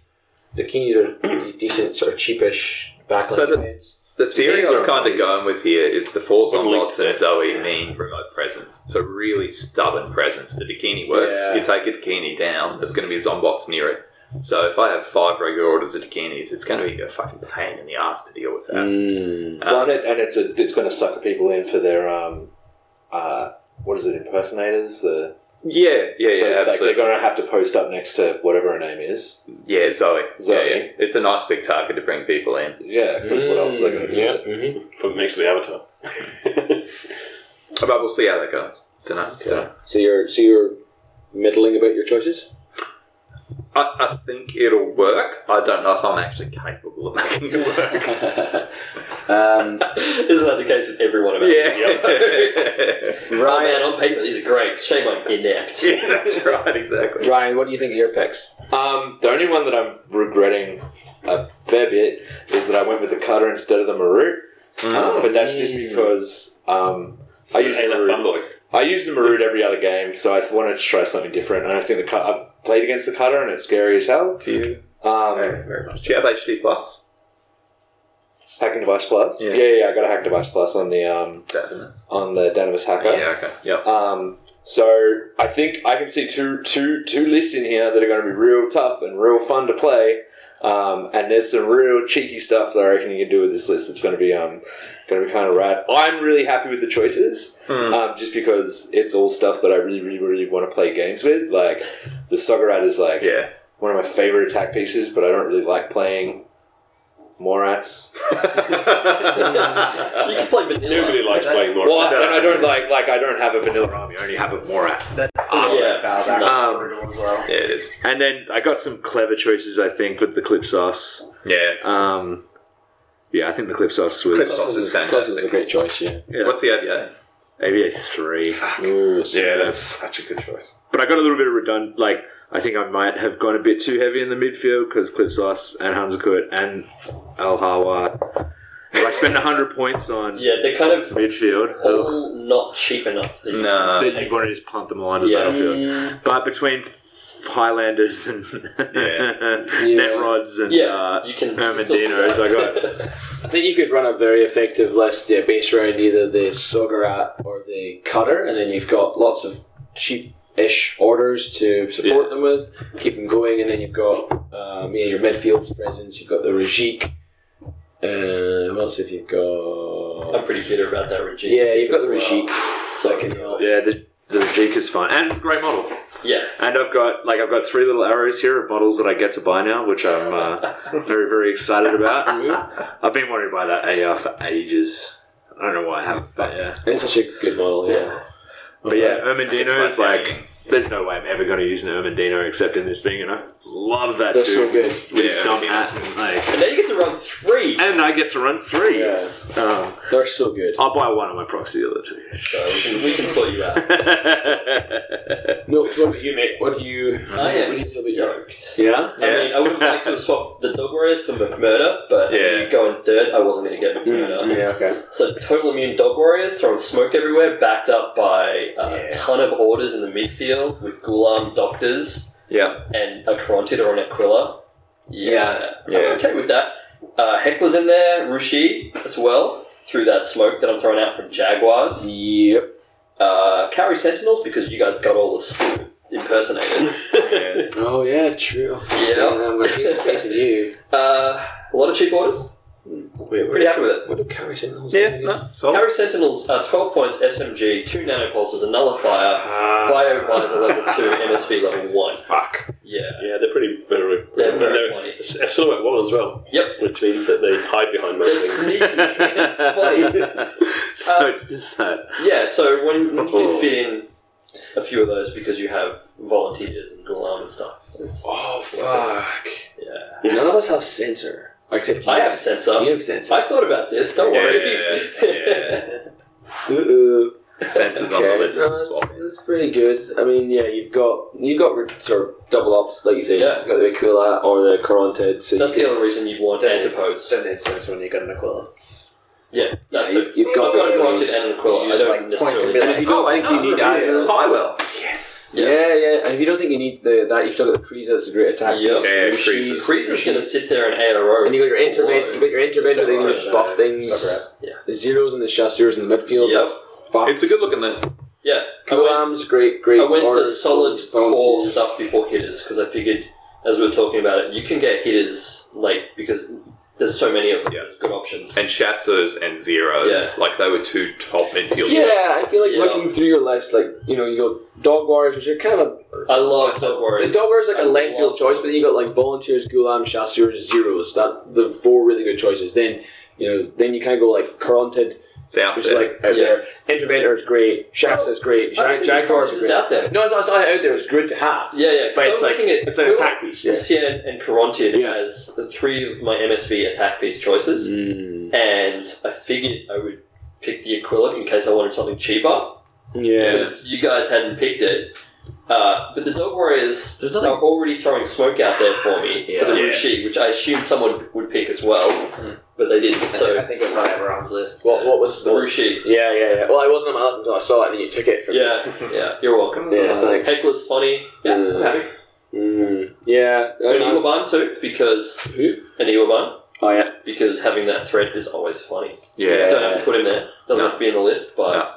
The keys are decent, sort of cheapish backline
So the-
defense.
The theory I was kind of going with here is the falls on
Wouldn't
lots and Zoe mean remote presence. So really stubborn presence. The bikini works.
Yeah.
You take a bikini down, there's going to be zombots near it. So if I have five regular orders of bikinis, it's going to be a fucking pain in the ass to deal with that.
Mm.
Um,
well, and, it, and it's a, it's going to sucker people in for their um, uh, what is it, impersonators? The
yeah, yeah, yeah,
so like, they're
absolutely.
going to have to post up next to whatever her name is.
Yeah, Zoe.
Zoe.
Yeah, yeah. It's a nice big target to bring people in.
Yeah, because what else are they going to do?
Yeah.
Put it next to the avatar.
But we'll see how that goes. Dunno. Dunno.
So you're so you're middling about your choices.
I, I think it'll work. I don't know if I'm actually capable of making it work.
Um,
Isn't that the case with every one of us?
yeah.
Oh man,
Ryan,
on paper these are great. Shame I'm inept.
yeah, that's right, exactly.
Ryan, what do you think of your picks?
Um, the only one that I'm regretting a fair bit is that I went with the cutter instead of the Marut. Um, but that's just because um, I use the
Hey, that fun
Marut.
boy.
I use the Marut every other game, so I th- wanted to try something different. And I think the cut I've played against the cutter, and it's scary as hell.
Do you,
Um,
do you have HD plus?
hacking device plus.
Yeah.
Yeah, yeah, I got a hack device plus on the um,
Definitely.
on the Dynamis hacker.
Yeah. Okay. Yep.
Um, so I think I can see two, two, two lists in here that are going to be real tough and real fun to play. Um, and there's some real cheeky stuff that I reckon you can do with this list. It's going to be um, going to be kind of rad. I'm really happy with the choices,
Hmm.
um, just because it's all stuff that I really, really, really want to play games with. Like the Sogarat is like
Yeah.
one of my favorite attack pieces, but I don't really like playing Morats.
You can play vanilla.
Nobody likes playing more.
Well, and I don't like like I don't have a vanilla army. I only have a Morat.
That
yeah.
foul back
Um,
was brutal as well.
yeah, it is.
And then I got some clever choices, I think, with the clip sauce.
Yeah.
Um, yeah, I think the clip sauce was
Clip sauce is
Clubs is a
fantastic.
great choice. Yeah.
yeah.
What's the idea?
ABA three.
Ooh, so-
Yeah, that's
such a good choice. But I got a little bit of redundant. Like I think I might have gone a bit too heavy in the midfield because clip sauce and Hanzakut and Al Hawa. I spent hundred points on
Yeah, they're kind of
midfield. Ugh.
all not cheap enough. that you-
No.
That you want to just pump them all onto
Yeah.
the battlefield. But between f- Highlanders and net rods and
Yeah,
uh,
you can.
Hermandinos, I got
I think you could run a very effective list yeah, based around either the Sogarat or the Cutter, and then you've got lots of cheap-ish orders to support them with, keep them going, and then you've got um, yeah, your midfield presence, you've got the Rajik. Uh, what else have you got?
I'm pretty bitter about that regime.
Yeah, you've got the
as well.
Rajik. So I can help.
Yeah, the, the Jeek is fine. And it's a great model.
Yeah.
And I've got like I've got three little arrows here of models that I get to buy now, which I'm uh, very, very excited about. I've been wanting to buy that AR for ages. I don't know why I haven't, but yeah.
It's such a good model, yeah.
But yeah, Ermendino is like There's no way I'm ever going to use an Ermendino except in this thing, and I love that
That's
dude
so
with
good.
his, with his
Yeah,
dumb
Ermendino's
hat. like-
And now you get to run three.
and I get to run three.
Yeah,
Um,
they're so good.
I'll buy one on my proxy the other two.
So we can, we can sort you out.
No, what about you, mate? What do you?
I am yoked.
Yeah.
I mean, I would have liked to have swapped the Dog Warriors for McMurder, but
Yeah.
you go in third, I wasn't going to get McMurder.
Yeah. Okay.
So total immune dog warriors throwing smoke everywhere, backed up by a ton of orders in the midfield with Ghulam doctors
Yeah.
and a Corontid or an Aquila. Yeah,
Yeah.
I'm okay with that. Uh, Heckler's in there, Rushi as well through that smoke that I'm throwing out from
Mm.
Jaguars.
Yep.
Uh, Kauri Sentinels because you guys got all the s- impersonators.
yeah.
Oh yeah, true.
yeah,
I'm gonna be facing you.
uh, a lot of cheap orders.
Mm.
Wait, what
Pretty happy with it.
What do carry signals?
Yeah. No. Solid.
Carry Sentinels are 12 points SMG, 2 nanopulses, a nullifier, Biovisor level 2, MSV level 1.
Ah, Fuck.
Yeah.
Yeah, they're pretty. They're,
They're
they're,
very funny.
a silhouette one as well.
Yep.
Which means that they hide behind most things.
Sneaky and funny.
so
Uh,
it's just that.
Yeah, so when,
Oh.
when you can fit in a few of those because you have volunteers and alarm and stuff. It's,
Oh fuck!
yeah.
None of us have sensor. Except you.
I have sensor.
You have sensor.
I thought about this, don't worry.
Yeah.
Ooh.
Sensors on the
Okay.
list.
No,
as well.
that's, that's pretty good. I mean, yeah, you've got you've got re- sort of double ups, like you say.
Yeah.
You've got the Akula or the Corontid. So
That's
you
the other reason you'd want antipodes.
Don't need sense when you got an Aquila.
Yeah, that's
you've-
it.
you've got
I've got a
those.
Granted and an Aquila.
You
I
just, like,
don't
point
necessarily.
to be
And if you don't
Oh,
think you
I
need
know.
either,
Highwell.
Yes.
Yeah.
yeah. yeah, And if you don't think you need the that, you've still got the Creaser. That's a great attack.
Yep.
piece.
Yeah,
And
Creaser's-
she's-
Kreese is going to sit there and ARO.
And you got your intervent, you got your intervent,
It's a
they can just
surprise.
buff things.
Surprise.
Yeah.
The zeros and the chasseurs in the midfield.
Yep.
That's fucked.
It's a good looking list.
Yeah. I went-
Kulam's great, great.
I went the
orders,
solid core
volunteers.
stuff before hitters because I figured, as we were talking about it, you can get hitters late because there's so many of them.
Yeah.
There's good options.
And Chasseurs and Zeros,
Yeah.
like they were two top midfielders.
Yeah, I feel like
Yeah.
looking through your list, like you know, you go dog warriors, which are kind of
I love Dog Warriors.
the dog warriors like
I
a left
love-
field choice, but then you got like volunteers, Gulam, chasseurs, zeros. That's the four really good choices. Then you know, then you kind of go like Coronted,
It's out
which is
there.
like out
Yeah.
there. Interventor is great. Shax is great.
I don't
Jag-
think the
Jaguars are
concept
great.
is out there.
No, it's not, it's not out there. It's good to have.
Yeah, yeah. 'cause
But
I
it's
was
like
looking at
it's an attack piece. Yeah.
Sien and Carontian
Yeah.
as the three of my MSV attack piece choices, Mm.
Mm.
and I figured I would pick the Aquila in case I wanted something cheaper.
Yeah.
because you guys hadn't picked it. Uh, but the Dog Warriors
There's nothing-
are already throwing smoke out there for me for the
Yeah.
Rushi, which I assumed someone would pick as well,
Hmm.
but they didn't.
So I
So
think it was on everyone's list.
What, what was
the Rushi,
Yeah, yeah, yeah. Well, I wasn't on my list until I saw it, and then you took it from me.
yeah, yeah, you're welcome.
Yeah, thanks.
Heckler's funny. Yeah, I'm
Mm.
happy.
Mm, yeah. I
An
mean,
Iwaban too, because
Who?
an Iwaban
Oh, yeah.
because having that threat is always funny.
yeah.
Don't have to put him there. Doesn't
No.
have to be in the list, but
No.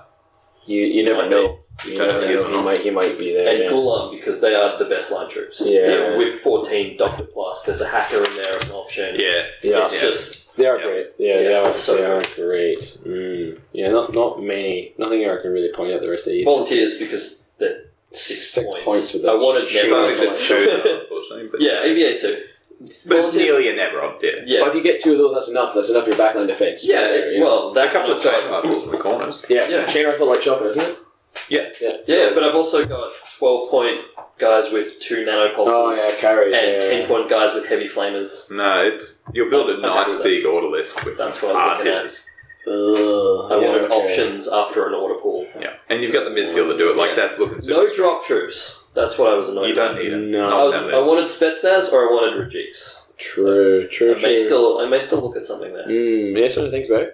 You, you never
Might
know. You
Don't
never
know if he's
know.
or
He
not.
might, he might be there.
and
yeah.
Gulam because they are the best line troops.
Yeah.
with 14 Doctor Plus, there's a hacker in there as an option.
Yeah.
Yeah.
It's
Yeah.
just
They are
Yeah.
great. Yeah,
Yeah,
they, are,
so
they are great. Mm. Yeah, not not many. Nothing I can really point out the rest of you.
volunteers because they're six,
Six
points.
points with
I
that
wanted
shit.
It's only the two,
Nevrod.
unfortunately. But,
yeah, AVA two.
but it's
Volunteers-
nearly an Everon, yeah.
Yeah,
But if you get two of those, that's enough. That's enough for your backline defense.
yeah.
There, you know.
well, that
A couple of
time.
giant rifles in the corners.
yeah.
yeah.
Chain rifle like shotgun, isn't it?
Yeah.
Yeah.
Yeah, but I've also got twelve point guys with two nanopulses
Oh yeah, carries.
and
yeah,
ten
yeah.
point guys with heavy flamers.
No, it's you'll build a
Okay,
nice
good.
big order list with
That's
some
what I was
hard
looking at.
hitters.
Ugh,
I
yeah,
wanted
okay.
options after an order pool.
Yeah. And you've got the midfield to do it. Like
Yeah.
that's looking super.
No drop troops. That's what I was annoyed.
you
about.
don't need it.
No.
Not
I, was,
on that
I
list.
wanted Spetsnaz or I wanted Rajix.
True. True.
I may
true.
still, I may still look at something there.
Mm, yeah, something to think about.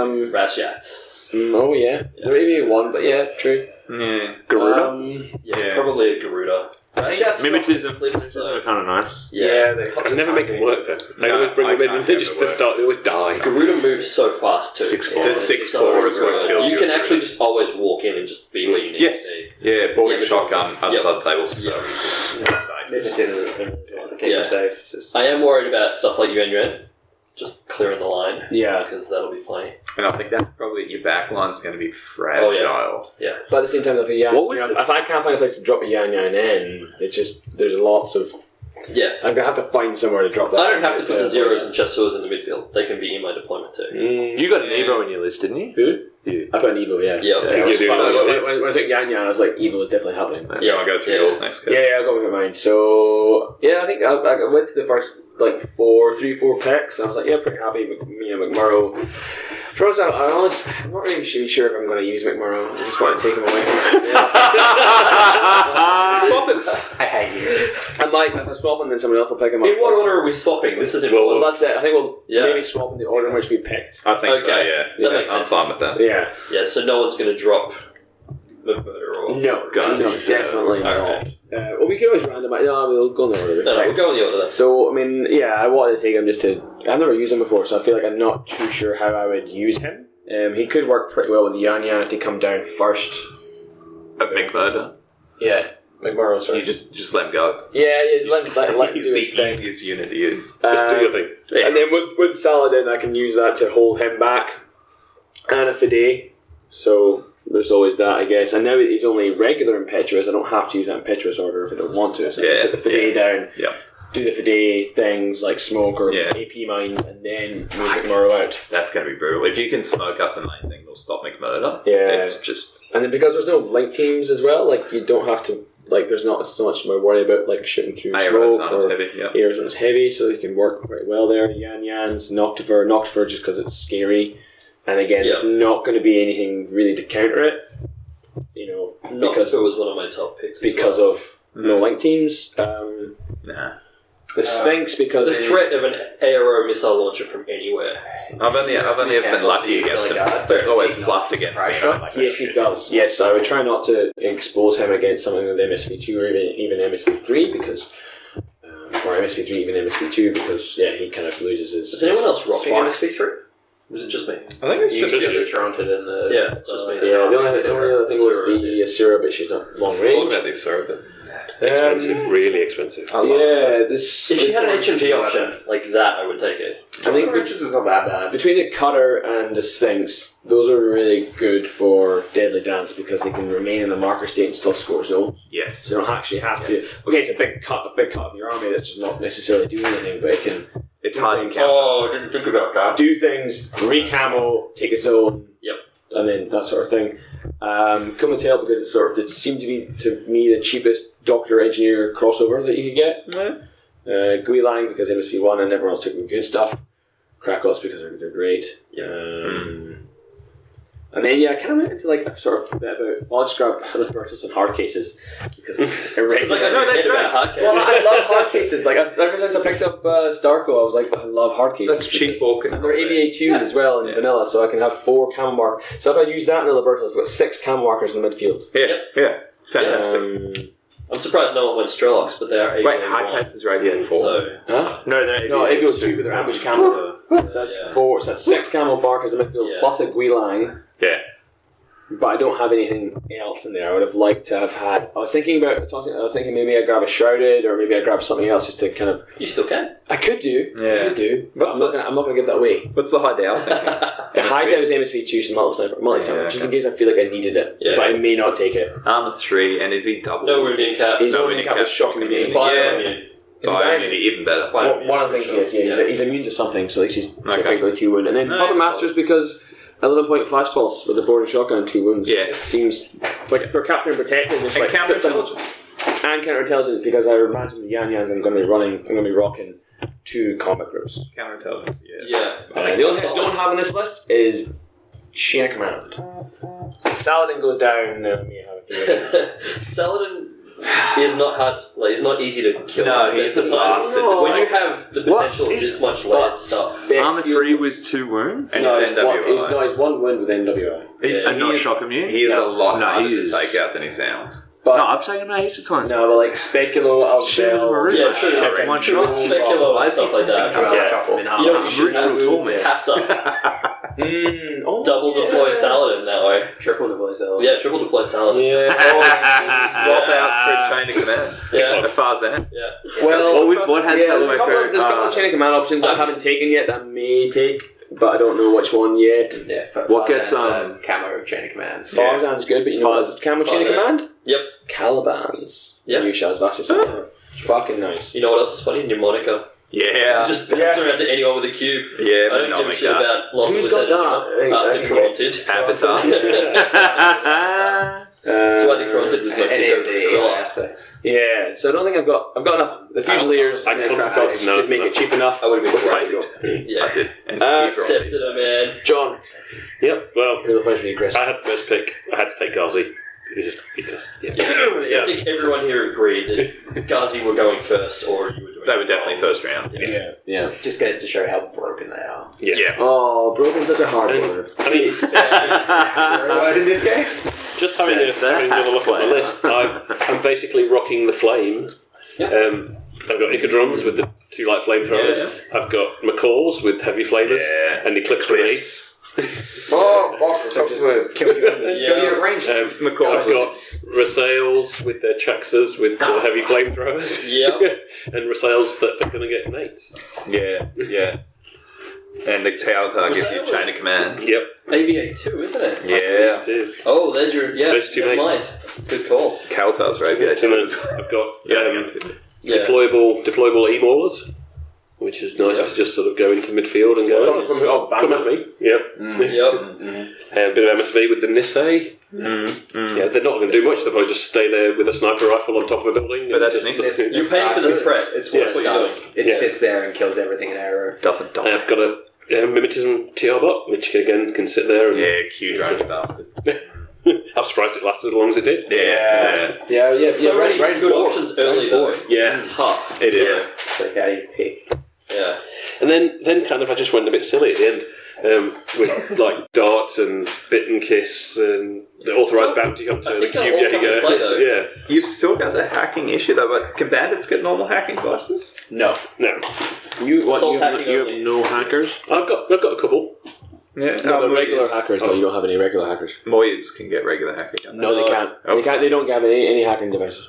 Um,
Razjats.
mm, oh yeah, there may be one, but yeah, true.
Yeah.
Um,
Yeah,
Yeah.
probably a Garuda. Razjats.
Mimetism.
not-
Mimetism are kind of nice.
Yeah.
I
they
can never make them work though. I
No,
always bring
I
them in
can't
and they
make
just
them work.
die. They always die.
Garuda moves so fast too.
Six
It's
four.
The six four is what
good.
kills
You
you.
can actually just always walk in and just be where you need
Yes.
to be.
Yeah, boarding
Yeah,
shotgun
yeah.
outside tables. So
Maybe it is the keep
Yeah.
it safe. It's just,
I am worried about stuff like Yuan Yuan, just clearing the line
Yeah,
because that'll be funny.
And I think that's probably your back line's gonna
Oh,
be fragile.
but at the same time, if, a yan,
What was
you know,
the-
if I can't find a place to drop a yan yan in, it's just there's lots of
Yeah,
I'm gonna have to find somewhere to drop that.
I don't have to put the zeros and chasseurs in the midfield. They can be in my deployment too.
You got an Evo on your list, didn't you?
Who?
You.
Mm, I got an Evo, yeah.
Yeah,
Yeah.
yeah.
I was
You do.
fine. When, when- when I took Yan Yan, I was like, Evo is definitely happening.
Yeah, I'll go through
Yeah.
yours next.
Yeah, yeah, I got one of mine. So yeah, I think I, I went to the first like four, three, four picks, and I was like, yeah, pretty happy with you know McMurrow. Pros, I, I honest, I'm not really sure sure if I'm going to use McMurrow. I just want to take him away. From swap him.
I hate you.
I might if I swap him, then someone else will pick him up.
In what order are we swapping? This is
Well,
important.
that's it. I think we'll
Yeah.
maybe swap in the order in which we picked.
I think so.
Okay.
Yeah,
That
Yeah,
makes
I'm
sense.
fine with that.
Yeah.
Yeah, so no one's going to drop the murder or
No,
guys,
no,
he's-
definitely not.
Okay.
Uh, well, we could always randomize. No, we'll go in the order. we
No, no,
picked.
we'll go in the order. That's
So I mean, yeah, I wanted to take him just to. I've never used him before, so I feel like I'm not too sure how I would use him. Um, he could work pretty well with the Yan Yan if they come down first.
A big murder.
Yeah, McMurrow. Sorry.
You just just let him go.
yeah, yeah. Just let, let, let him
He's
do his
the
thing.
easiest unit he is.
Do your
Um,
thing.
and then with with Saladin, I can use that to hold him back, and a Fide. So there's always that, I guess. And now he's only regular impetuous. I don't have to use that impetuous order if I don't want to. So I
Yeah,
can put the Fide down.
Yeah.
Do the Fide things like smoke or
Yeah.
AP mines, and then move McMurrow out.
That's going to be brutal. If you can smoke up the main thing, they'll stop McMurdo.
Yeah.
It's just.
And then because there's no link teams as well, like you don't have to like there's not so much more worry about like shooting through
Aero's
smoke
not as
or
heavy. Yeah.
Arizona's heavy, so you can work quite well there. Yan Yan's Noctifer, Noctifer just because it's scary, and again,
Yeah.
there's not going to be anything really to counter it, you know,
not
because
because it was one of my top picks. as
because of
Hmm.
no link teams. Um,
Nah.
the Sphinx
well.
because
the Uh, threat of an aero missile launcher from anywhere.
I've only I've only ever been
Careful,
lucky
you
against
really
him.
got it.
They're always
Signals,
fluffed against
surprise
me.
shot.
Like,
Yes, he does. Yes, I would try not to expose him against something with MSV2 or even, even MSV3 because, um, or MSV3 even MSV2 because yeah, he kind of loses his.
Is anyone else
his
rocking
spot.
MSP three? Was it just me?
I think it's
You
just
just-
yeah.
Yeah.
Taranted in the yeah, it's just me.
Yeah, the only, the only other thing was
Asura,
the Asura, but she's not long
All
range. Um,
about this, sorry, but
Expensive, really expensive.
I love it.
Yeah, this.
If she
this
had an
one-
HMG option like that, I would take it.
I think we-
Riches is not that bad.
between the Cutter and the Sphinx, those are really good for Deadly Dance because they can remain in the marker state and still score zones.
yes.
So you don't actually have
Yes.
to. Okay, it's a big cut, a big cut of your army that's just not necessarily doing anything, but it can
It's hard to count.
Oh, I didn't think about that.
do things, re-camo, take its own,
Yep.
and then that sort of thing. Um, come and tell because it's sort of it seemed to be to me the cheapest doctor engineer crossover that you could get. Uh, Guilang because it was V one and everyone else took the good stuff. Krakos because they're, they're great.
Yeah.
Um, and then yeah, I kind of went into like a sort of bit about well, I just grabbed Libertus and hard cases because they're
Sounds like I know
that's
about
right.
hard
well, I love hard cases. Like I've, ever since I picked up uh, Starco, I was like, I love hard cases.
That's cheap
because-
walking.
And they're ABA tuned as well in
Yeah.
vanilla, so I can have four camo mark. So if I use that in the Liberto, I've got six camo markers in the midfield.
Yeah, yeah. Fantastic.
Um,
I'm surprised no one went Strelocks, but they are
Wait,
ABA
hard
one,
cases right here. Four.
So
huh?
No, they're
No,
AVA
it goes
two.
two, but they're ambush camo. So that's
Yeah.
four. So that's six camo markers in the midfield
Yeah.
plus a Guilang.
Yeah.
But I don't have anything else in there. I would have liked to have had. I was thinking about. I was thinking maybe I grab a shrouded, or maybe I grab something else just to kind of.
you still can.
I could do. I
Yeah.
could do. But
What's
I'm not.
the-
Gonna, I'm not going to give that away.
What's the high down thinking?
The high down is MSV two to multi sniper, multi sniper,
Yeah,
just
okay.
in case I feel like I needed it,
Yeah.
but I may not take it.
Armor three, and is he double?
No Rubian cap.
He's
No,
only
we
got
need
the shock immunity.
cap.
Fire
Yeah.
on you.
Is he
Bio
immune?
immunity, even better.
One, one of the things
sure.
he is, yeah, he's,
Yeah.
he's immune to something, so at least he's
Okay.
effectively two wound. And then
No,
Puppet
it's
Masters because eleven point flash pulse with the board and shotgun two wounds.
Yeah.
seems like for capturing protecting just
And
like put them-
counterintelligence.
and counterintelligence because I imagine the Yan Yans I'm going to be running, I'm going to be rocking two combat groups.
Counterintelligence. Yeah.
Yeah.
Uh, the only thing I don't have on this list is chain of command. So Saladin goes down, then we have a few issues.
Saladin is not hard. Like, he's not easy to kill.
No,
There's
he's a
sometimes-
bastard.
When you have the
What
potential of
is-
this much layered stuff,
Armor three with two wounds.
And
No,
it's
he's one, he's,
NWI.
no, he's one wound with NWI.
He's-
And
he
not
is-
shock immune?
He is a lot
No,
harder
he
to
is-
take out than he sounds.
But
No,
no,
I've taken him out heaps of times.
but like Speculo,
Shit, it was
Albel,
Maroon.
Yeah,
Shit,
sure,
one
sure.
shot.
Sure. Speculo and stuff like that.
I'll
Yeah.
chop them in half.
you don't
Roots
shoot
will torment.
half stuff.
Mm, oh,
Double
yeah.
deploy Saladin that way.
Triple deploy Saladin.
Yeah, triple deploy Saladin.
Yeah.
Swap out for a chain of command.
Yeah.
As far as that.
Yeah.
well,
Always one has
yeah,
Hello
there's a couple, of, there's a couple
Echo.
of chain of command options that I haven't taken yet that I may take, but I don't know which one yet.
Yeah, for
What gets, um,
Farzan's, uh, camo chain of command?
Farzan's good, but you know what's camel chain of
Farzan.
command?
Yep.
Caliban's.
Yep.
New Shaz Vassas. Fucking nice.
You know what else is funny? Mnemonica.
Yeah.
Just bounce around to anyone with a cube.
yeah,
I don't give a
Menomic
shit
Dart.
about Lost
Who's
and
got that?
Lieutenant Governor. Uh,
Anyway.
the Corrupted.
Avatar.
Ah.
That's why the Corrupted was my
Any of
favorite.
the AI aspects.
Yeah, so I don't think I've got I've got enough. A few
I-
layers
I
and then
come to
crack
box
it
now,
should make it
isn't
cheap enough. I would be
Yeah.
I did. And
Uh,
Steve Rossi.
Accepted her, man.
John,
Yep. Well,
it'll finish me aggressive.
I had the first pick. I had to take Gazi. Just because. Yeah.
Yeah. I think everyone here agreed that Ghazi were going first, or you were doing
They were definitely
wrong.
first round.
Yeah, yeah.
Just, just goes to show how broken they are.
Yes.
Yeah.
Oh, broken's such a hard
And-
word.
I mean, it's
Right in this case?
just having, a,
Says that.
having another look at my list, I'm, I'm basically rocking the flame. Um, I've got Icodrons with the two light flamethrowers. I've got McCall's with heavy flamers
Yeah.
and Eclipse grenades.
Oh,
So just kill you, kill you at range.
Um,
McCall's
I've got Rasales with their Chaxas with the heavy flamethrowers.
Yeah.
and Rasales that are going to get mates.
Yeah, yeah. And the tail tag gives you chain of command.
Yep,
AVA 2, isn't it?
Yeah.
it is.
Oh, there's your. Yeah,
There's two
never
mates.
mind. Good call.
Kaltar's
And
radiation.
then I've got um,
Yeah.
deployable deployable e maulers, which is nice to just sort of go into midfield and go.
come, oh,
Come at me. Yep.
Yep.
And a bit of MSV with the Nisei. Yeah, they're not going to do much. They'll probably just stay there with a sniper rifle on top of a building.
But
and
that's
just-
Nisei.
You're paying for the threat.
It's what
Yeah.
it does. It
Yeah.
sits there and kills everything in arrow.
Doesn't
And
die.
I've got a uh, mimetism TR bot, which can- again can sit there. And
Yeah, Q drone, you bastard.
I was surprised it lasted as long as it did.
Yeah. yeah.
Yeah, yeah,
So
yeah. Right,
many
right
good
forward.
options early, though.
forward.
Yeah.
It's tough.
It is.
So how do you pick?
Yeah.
And then, then kind of I just went a bit silly at the end um, with like darts and bit and kiss and the authorized
So-
bounty hunter,
I
the
think
cube
they'll all come
Jaeger.
into play, though.
yeah,
You've still got the hacking issue though, but can bandits get normal hacking classes?
No.
no,
You what?
Soul
You have,
hacking
you have
only.
no hackers.
I've got I've got a couple.
No,
Yeah. um,
but regular
Moyibs-
hackers. though. you don't have any regular hackers.
Moyibs can get regular hacking. can't
No, they can't.
Oh.
They can't. They don't have any, any hacking devices.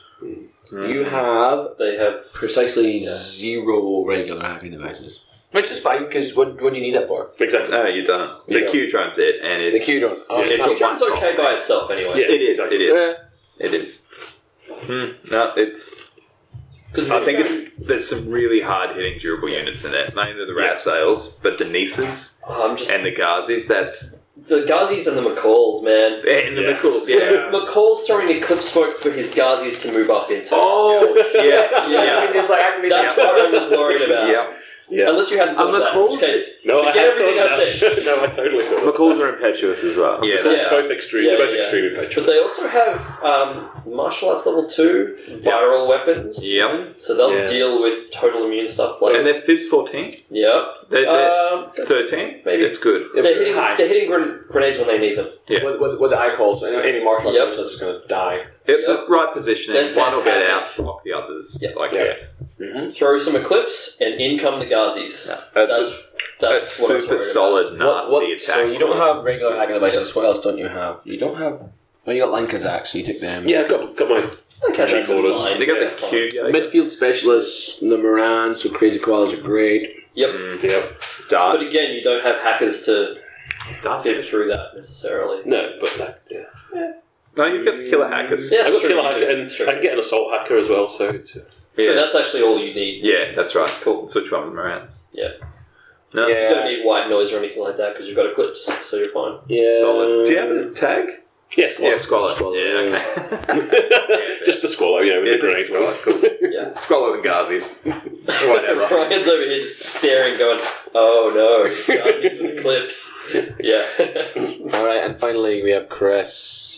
You have
They have.
precisely zero regular hacking devices. Which is fine because what, what do you need that for?
they?
Exactly.
No, you don't. The
Yeah.
Q drone's it, and it's
The Q drone. Oh,
yeah, it's
okay.
a
Each
one
one's
shot.
okay by itself, anyway.
Yeah,
It is.
exactly.
It is. It is. Hmm, no, it's
Because
I think it's there's some really hard hitting durable units in it. Mainly the rat sales, but the Nieces
Oh, I'm just
and the Ghazis, that's
the Ghazis and the McCalls, man.
and the
Yeah.
Nichols, yeah.
McCall's throwing the clip smoke for his Ghazis to move up into.
Oh yeah.
Yeah.
Yeah.
It's like, I can be
That's what I was worried about.
Yeah.
Unless you hadn't. done that, in which
McCall's-
case-
No, I
Forget
have
everything
got that.
I've
no, I totally got that.
McCall's are impetuous as well.
Yeah,
They're
that's
Yeah.
both extreme.
Yeah,
they're both
yeah.
extreme
But
impetuous.
they also have um, martial arts level two viral weapons.
Yep.
So they'll
Yeah.
deal with total immune stuff like
And they're Fizz fourteen.
yeah.
They're, they're
Um,
thirteen.
maybe.
It's good.
they're hitting, they're hitting gren- grenades when they need them.
What, what, what the eye calls. Any, any martial
Yep.
arts yep. is going to die.
It,
Yep.
the Right positioning.
They're
One will get
fantastic.
out, block the others.
Yep.
Like
Yeah.
yeah.
Throw some eclipse and in come the Ghazis.
That's,
That's-
a, that's
That's what I was
super
worried about.
solid, nasty attack.
so you don't have regular hacking devices. What else don't you have? You don't have. Well, you got Line Kazak, so you took them.
Yeah, I've got, got my
Okay,
Cheap
that's fine.
orders.
they got the
Yeah, fine.
cube yeah,
Midfield specialists, the Moran, so Crazy Koalas are great.
Yep.
yeah.
dart.
But again, you don't have hackers to
Dart.
dip through that necessarily.
No, but that, yeah.
No, you've got the killer hackers.
Yeah,
I've
that's
got
true.
killer
you
hacker
do.
and
Sure.
I can get an assault hacker as well. So it's, uh,
Yeah.
So that's actually all you need.
yeah, that's right. Cool. Switch one with Morans.
Yeah.
No,
You don't need white noise or anything like that because you've got eclipse, so you're fine.
Yeah.
Solid. Do you have a tag?
yeah, squalor.
Yeah, Squalor.
Squalor.
Yeah, okay.
just the squalor, you know, with
Yeah,
the grenades.
just the
Well,
Squalor and Ghazis. Whatever.
Brian's over here just staring, going, "Oh no, Ghazis with eclipse." Yeah.
Alright, and finally we have Chris.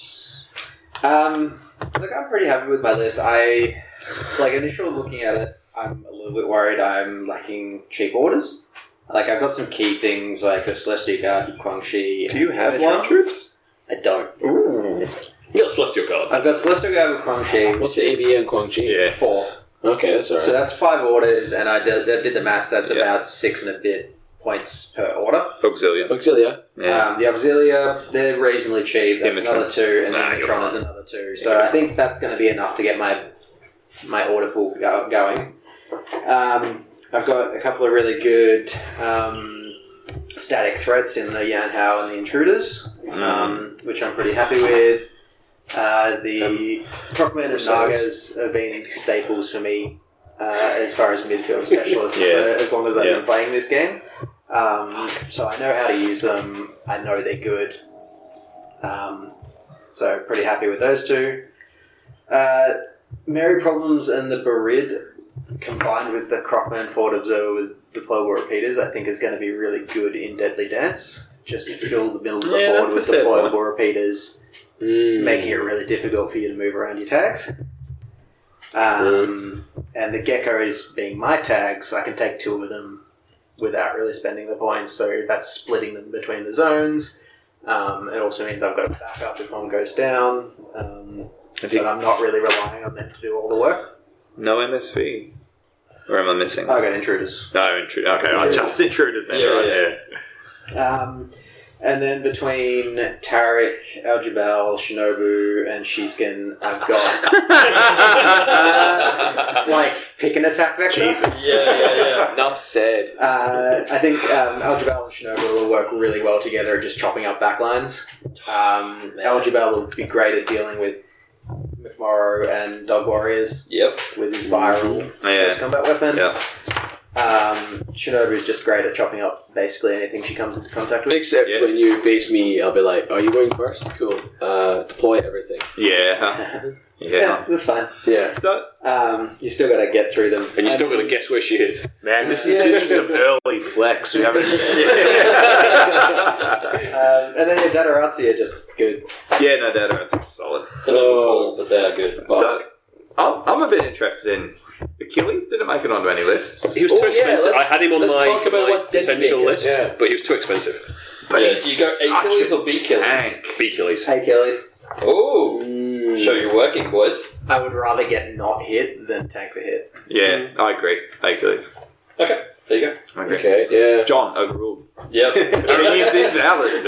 Um, look, I'm pretty happy with my list. I like initial looking at it. I'm a little bit worried. I'm lacking cheap orders. Like I've got some key things like the Celestial Guard, Quang Shi.
Do you have
and
one troops?
I don't.
Ooh.
you got a celestial card.
I've got Celestial Guard with Quang Shi.
What's the ABA and Kwang Chi?
Yeah.
E Four.
Okay, that's alright.
So that's five orders, and I did, I did the math. That's
Yeah.
about six and a bit points per order.
Auxilium.
Auxilia.
Yeah.
Um, the Auxilia, they're reasonably cheap. That's
Imatron.
another two, and
Nah,
then
you're
Imatron is another two. So I think that's going to be enough to get my my order pool go- going. Um, I've got a couple of really good um, static threats in the Yanhao and the Intruders, um, which I'm pretty happy with. Uh, the Crockman and Nagas have been staples for me uh, as far as midfield specialist for as long as I've been playing this game. Um, so I know how to use them. I know they're good. Um, so pretty happy with those two. Uh, Merry Problems and the Barid combined with the Crockman Ford Observer with Deployable Repeaters, I think is going to be really good in Deadly Dance. Just fill the middle of the
Yeah,
board
that's
with
a fair
deployable repeaters, making it really difficult for you to move around your tags. Um, and the geckos being my tags, I can take two of them without really spending the points, so that's splitting them between the zones. Um, it also means I've got a backup if one goes down, um,
Have
but
you-
I'm not really relying on them to do all the work.
No MSV. Or am I missing?
I got intruders.
No, intruder. Okay, oh, just intruders then.
Yeah,
right,
yeah.
yeah.
Um, and then between Tarek, Al Jabal, Shinobu, and Shiskin, I've got like pick an attack vector.
yeah, yeah, yeah.
Enough said.
Uh, I think um, Al Jabal and Shinobu will work really well together, just chopping up backlines. Um, Al Jabal will be great at dealing with McMorrow and Dog Warriors
Yep.
with his viral
Yeah.
close combat weapon.
Yeah.
Um, Shinobu is just great at chopping up basically anything she comes into contact with.
Except
Yeah.
when you face me, I'll be like, "Are you going first? Cool. Uh, deploy everything."
Yeah.
Yeah,
Yeah.
that's fine.
Yeah.
So,
Um, you still got to get through them,
And you're still
Um,
going to guess where she is.
Man, this is this is some early flex. We haven't.
Um, and then your Datarazzi are just good.
yeah, no, that that's solid.
They're not cool, but they are good.
So, I'm, I'm a bit interested in Achilles. Didn't make it onto any lists,
He was
Oh,
too
yeah,
expensive.
let's-
I had him on
let's
my,
talk about
my
what didn't
potential
make it,
list,
yeah.
but he was too expensive.
but
Yeah,
he's
you go
such
Achilles
a
or B Achilles?
tank.
Achilles.
Hey, Achilles.
Oh,
Mm,
show you're working, boys.
I would rather get not hit than tank the hit.
Yeah,
Mm.
I agree. Achilles.
Okay, there you
I agree.
Okay. Yeah.
John overruled.
go. Yep.
Everything's invalid.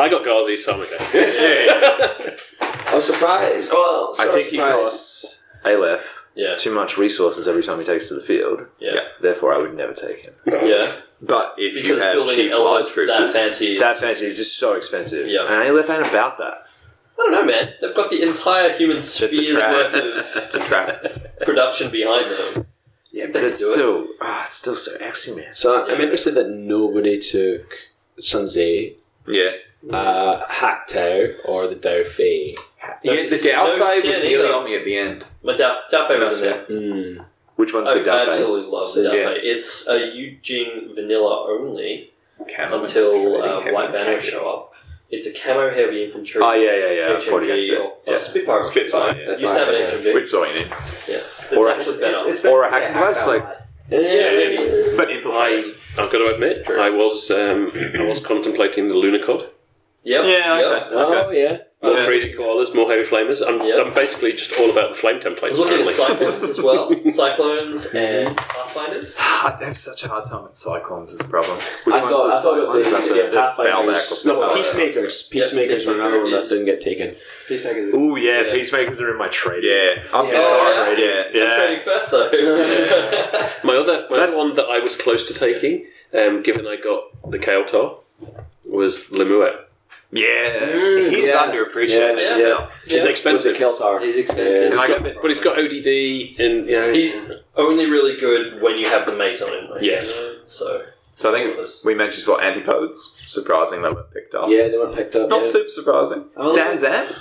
I got Gazi, so I'm okay.
I'm surprised. Oh,
I
so
think he
surprised.
costs Aleph
Yeah.
too much resources every time he takes to the field.
Yeah.
Therefore, I would never take him.
Yeah.
But if
Because
you have
building
cheap
elements
large troopers,
that fancy.
That fancy is just so expensive.
Yeah.
And Aleph ain't about that.
I don't know, man. They've got the entire human
it's a
sphere's
trap.
worth of
it's a trap.
production behind them.
Yeah,
They
but
can
it's
do it.
still ah, it's still so exy, man.
So I'm
Yeah.
interested that nobody took Sunzay,
Yeah.
uh, Hack Tao, or the Dao Fei.
Yeah, the
There's
Dao
no
Fei
sin
was nearly
either.
on me at the end.
My Daf- Dafe was in there.
Mm.
Which one's
I
the Dafei?
absolutely love
So,
the
yeah.
Dafe. It's a Eugene vanilla only
Cameron
until
Trinity's
uh,
heavy
White Banner
tank.
show up. It's a camo heavy infantry.
Oh yeah, yeah, yeah.
HMG
Forty against it.
or,
Yeah.
or Spitfire.
Spitfire,
Spitfire.
yeah.
Used to have an
Spitfire,
HMG.
Which is all you need.
It's
Or
actually better.
Or a hack and slash, like-
Yeah.
yeah,
But
I,
infiltrate.
I've got to admit,
True.
I was um, I was contemplating the Lunacod.
Yep.
Yeah,
yep.
okay.
Oh yeah.
More
Yeah.
crazy koalas, more heavy flamers. I'm,
Yeah.
I'm basically just all about the flame
I
templates.
was looking
currently.
at cyclones as well. Cyclones and pathfinders.
I have such a hard time with cyclones as a problem. Which
I
one's
thought, I thought
the
it
cyclone?
was
Is that
the, yeah,
the Oh,
Pathfinders.
Foulback or
No,
Foulback?
Peacemakers. Peacemakers were another one that
Peacemakers.
didn't get taken.
Peacemakers.
Ooh yeah,
Yeah.
peacemakers are in my trade.
Yeah, I'm
Yeah.
sorry.
Oh,
yeah.
yeah.
I'm trading first though.
My other, my other
That's-
one that I was close to taking, um, given I got the Kaotar, was Lemuel.
Yeah,
Mm,
he's
yeah.
underappreciated.
Yeah.
as well.
He's
Yeah.
Was it
expensive,
Keltar?
He's expensive.
And I got-
but he's got ODD, and you know,
He's only really good when you have the mate on him. Right?
Yes.
So
So I think we mentioned before antipodes. Surprising they were picked up.
Yeah, they weren't picked up.
Not
yeah.
super surprising.
Oh.
Dan Zan?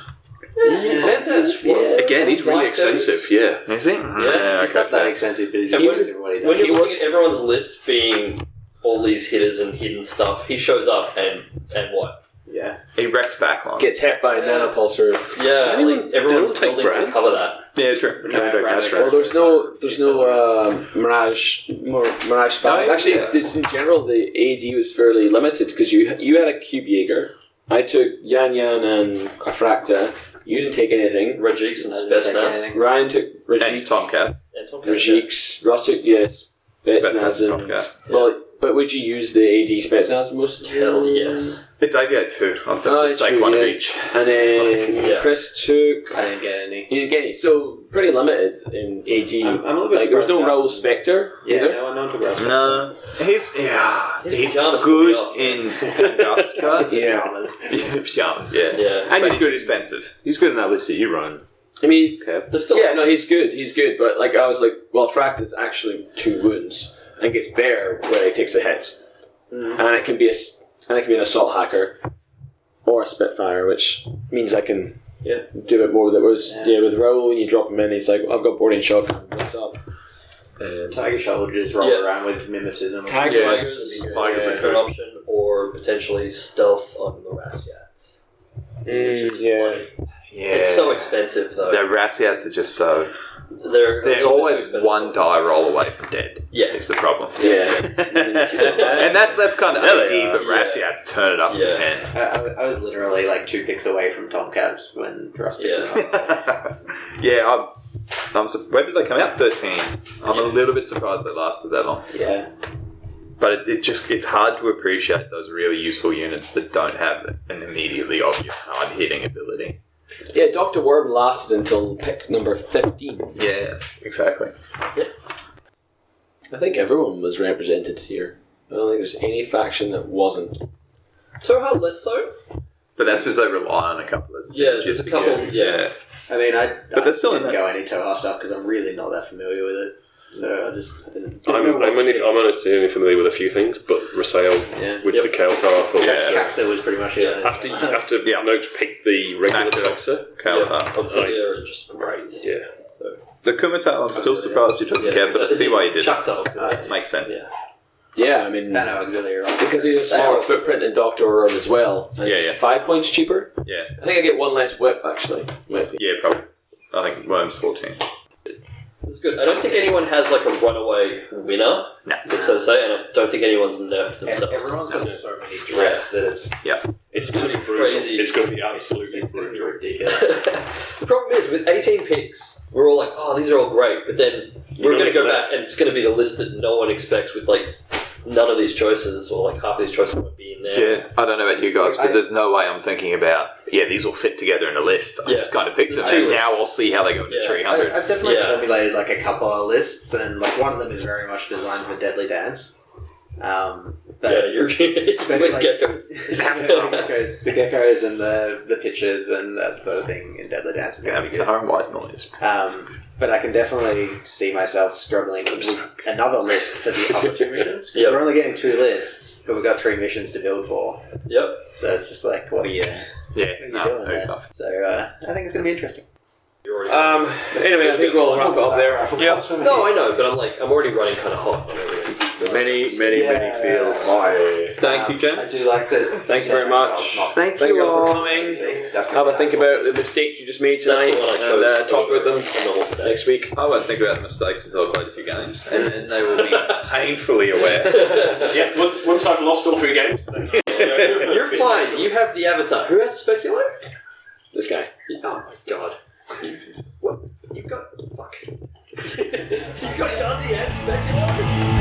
Fantas.
Yeah.
again, he's really expensive. Yeah,
Is he? Yeah,
He's not that
fair.
expensive, but he's
And when-
expensive for what he
When
does.
you're looking at everyone's list being all these hitters and hidden stuff, he shows up and and what?
Yeah.
He wrecks back on.
Gets hit by a
Yeah.
nanopulser.
Yeah,
Did anyone-
like everyone's
did anyone take
building to
Bran?
cover that.
Yeah, true.
Yeah,
Yeah,
that's
right.
Well,
right.
there's no, there's no uh, Mirage, Mir- Mirage.
Oh,
Five.
yeah.
Actually, this- in general, the AD was fairly limited because you you had a Cube Jaeger. I took Yan Yan and Afracta. You didn't take anything.
Rajix and
I didn't take
Spetsnaz
anything.
Ryan took
And
Rajik.
Tomcat.
and Tom
Rajik's. Ross took yes.
Spetsnaz
Spetsnaz
and
and
Tomcat.
well, but would you use the AD Spetsnaz most?
Hell yes.
It's AVA 2. I'll
Oh,
just take
true,
one of
yeah.
each.
And then
Yeah.
Chris took.
I didn't get any.
You didn't get any. So pretty limited in AD.
I'm- I'm a little bit
like there was no
surprised about-
Raoul Spectre
Yeah,
either.
no one known to Russ.
No. He's, yeah.
His
he's
pajamas will
good
be
in Tunguska.
Yeah.
Pajamas, yeah.
Yeah.
And
But
he's
he's
good expensive.
He's good in that list that you run.
I mean,
Kev.
there's still yeah, no, he's good, he's good. But like, I was like, well, Fract is actually two wounds. I think it's bear where he takes the hits, and it can be a s- and it can be an assault hacker or a Spitfire, which means I can
Yeah.
do a bit more with it. Whereas yeah, with Raoul, when you drop him in, he's like, I've got boarding shotgun. What's up? And
Tiger Shot will just roll
Yeah.
around with mimetism.
Tiger
Tigers,
Shot
tigers,
would be
are
good.
an option, or potentially stealth on the Rasyats. which is
Mm, yeah,
funny.
Yeah.
It's so expensive though.
The Rassiats are just so. They're
They're, a little bit too
always
expensive.
one die roll away from dead.
Yeah.
Is the problem.
yeah.
and that's that's kind of
There
OD,
they are.
but Rassiats turn it up
Yeah.
to
I, I, I was literally like two picks away from Tomcats when Russ picked
Yeah.
them up.
10. yeah, I'm. I'm su- when did they come out? 13. I'm a little bit surprised they lasted that long.
Yeah.
But it, it just it's hard to appreciate those really useful units that don't have an immediately obvious hard hitting ability.
Yeah, Doctor Worm lasted until pick number fifteen.
Yeah, exactly.
I think everyone was represented here. I don't think there's any faction that wasn't.
Torha less so.
But that's because they rely on a couple of
Yeah, there's a
synergistic
couple,
units.
yeah.
I mean, I,
But
I
they're still in
didn't go any Toho stuff because I'm really not that familiar with it. So I just I didn't.
I'm,
didn't know what
I'm,
to
only,
pick.
I'm only familiar with a few things, but Rasail
Yeah.
with
Yep.
the Kaltar for
Yeah.
Jaxa was pretty much
Yeah.
it.
After you have to
Yeah.
note pick the regular
Back to-
Toxa.
Chaos
Yeah.
Hub.
So they're just right.
Yeah.
The Kumite, I'm still surprised you took
Yeah.
it, Kev, but I see why you did.
Chucks up.
That makes sense.
Yeah.
Yeah, I mean,
Nano Auxiliary.
because he's a smaller footprint than Doctor Worm as well. And it's
Yeah, yeah.
five points cheaper.
Yeah.
I think I get one less whip actually. Might be.
Yeah, probably. I think Worm's 14.
It's good. I don't think anyone has like a runaway winner,
No.
so to say, and I don't think anyone's nerfed themselves.
Everyone's got so many threats that it's.
It's going to be
Crazy.
brutal. It's going to be absolutely brutal.
the problem is with 18 picks, we're all like, oh, these are all great, but then we're
don't
going to
make
go
the
back
list.
and it's going to be the list that no one expects with like none of these choices or like half of these choices won't be in there.
Yeah, I don't know about you guys, but
I-
there's no way I'm thinking about, yeah, these will fit together in a list. I
Yeah.
just kind of picked them.
Two
and Now
lists.
I'll see how they go into
Yeah.
I,
300.
I've definitely
Yeah.
formulated like a couple of lists, and like one of them is very much designed for Deadly Dance. Um, but
Yeah, you're
But,
with
like-
geckos.
geckos, the geckos and the, the pictures and that sort of thing in Deadly Dance is
It's going
going
to be
to be good.
tar and white noise.
Um, but I can definitely see myself struggling with another list for the other two missions. 'cause
Yep.
We're only getting two lists, but we've got three missions to build for.
Yep.
So it's just like, what are you,
Yeah,
what are you
no,
doing
fair
there?
enough.
So uh, I think it's going to be interesting.
Um. Anyway, I think we'll wrap up there.
Yeah.
No, I know, but I'm like, I'm already running kind of hot on everything.
Many, many, many
Yeah.
feels.
Thank you, Jen.
Um, I do like that.
Thanks very much.
Thank
Thank you all for coming.
That's
Have a think about the mistakes you just made tonight and uh, talk about them next week.
I won't think about the mistakes until I played a few games, and then they will be painfully aware.
Yeah, once, once I've lost all three games, then
You're fine. You have the avatar. Who has speculate?
This guy.
Oh my god. You, what? You got. Fuck. you got Darcy and Specular?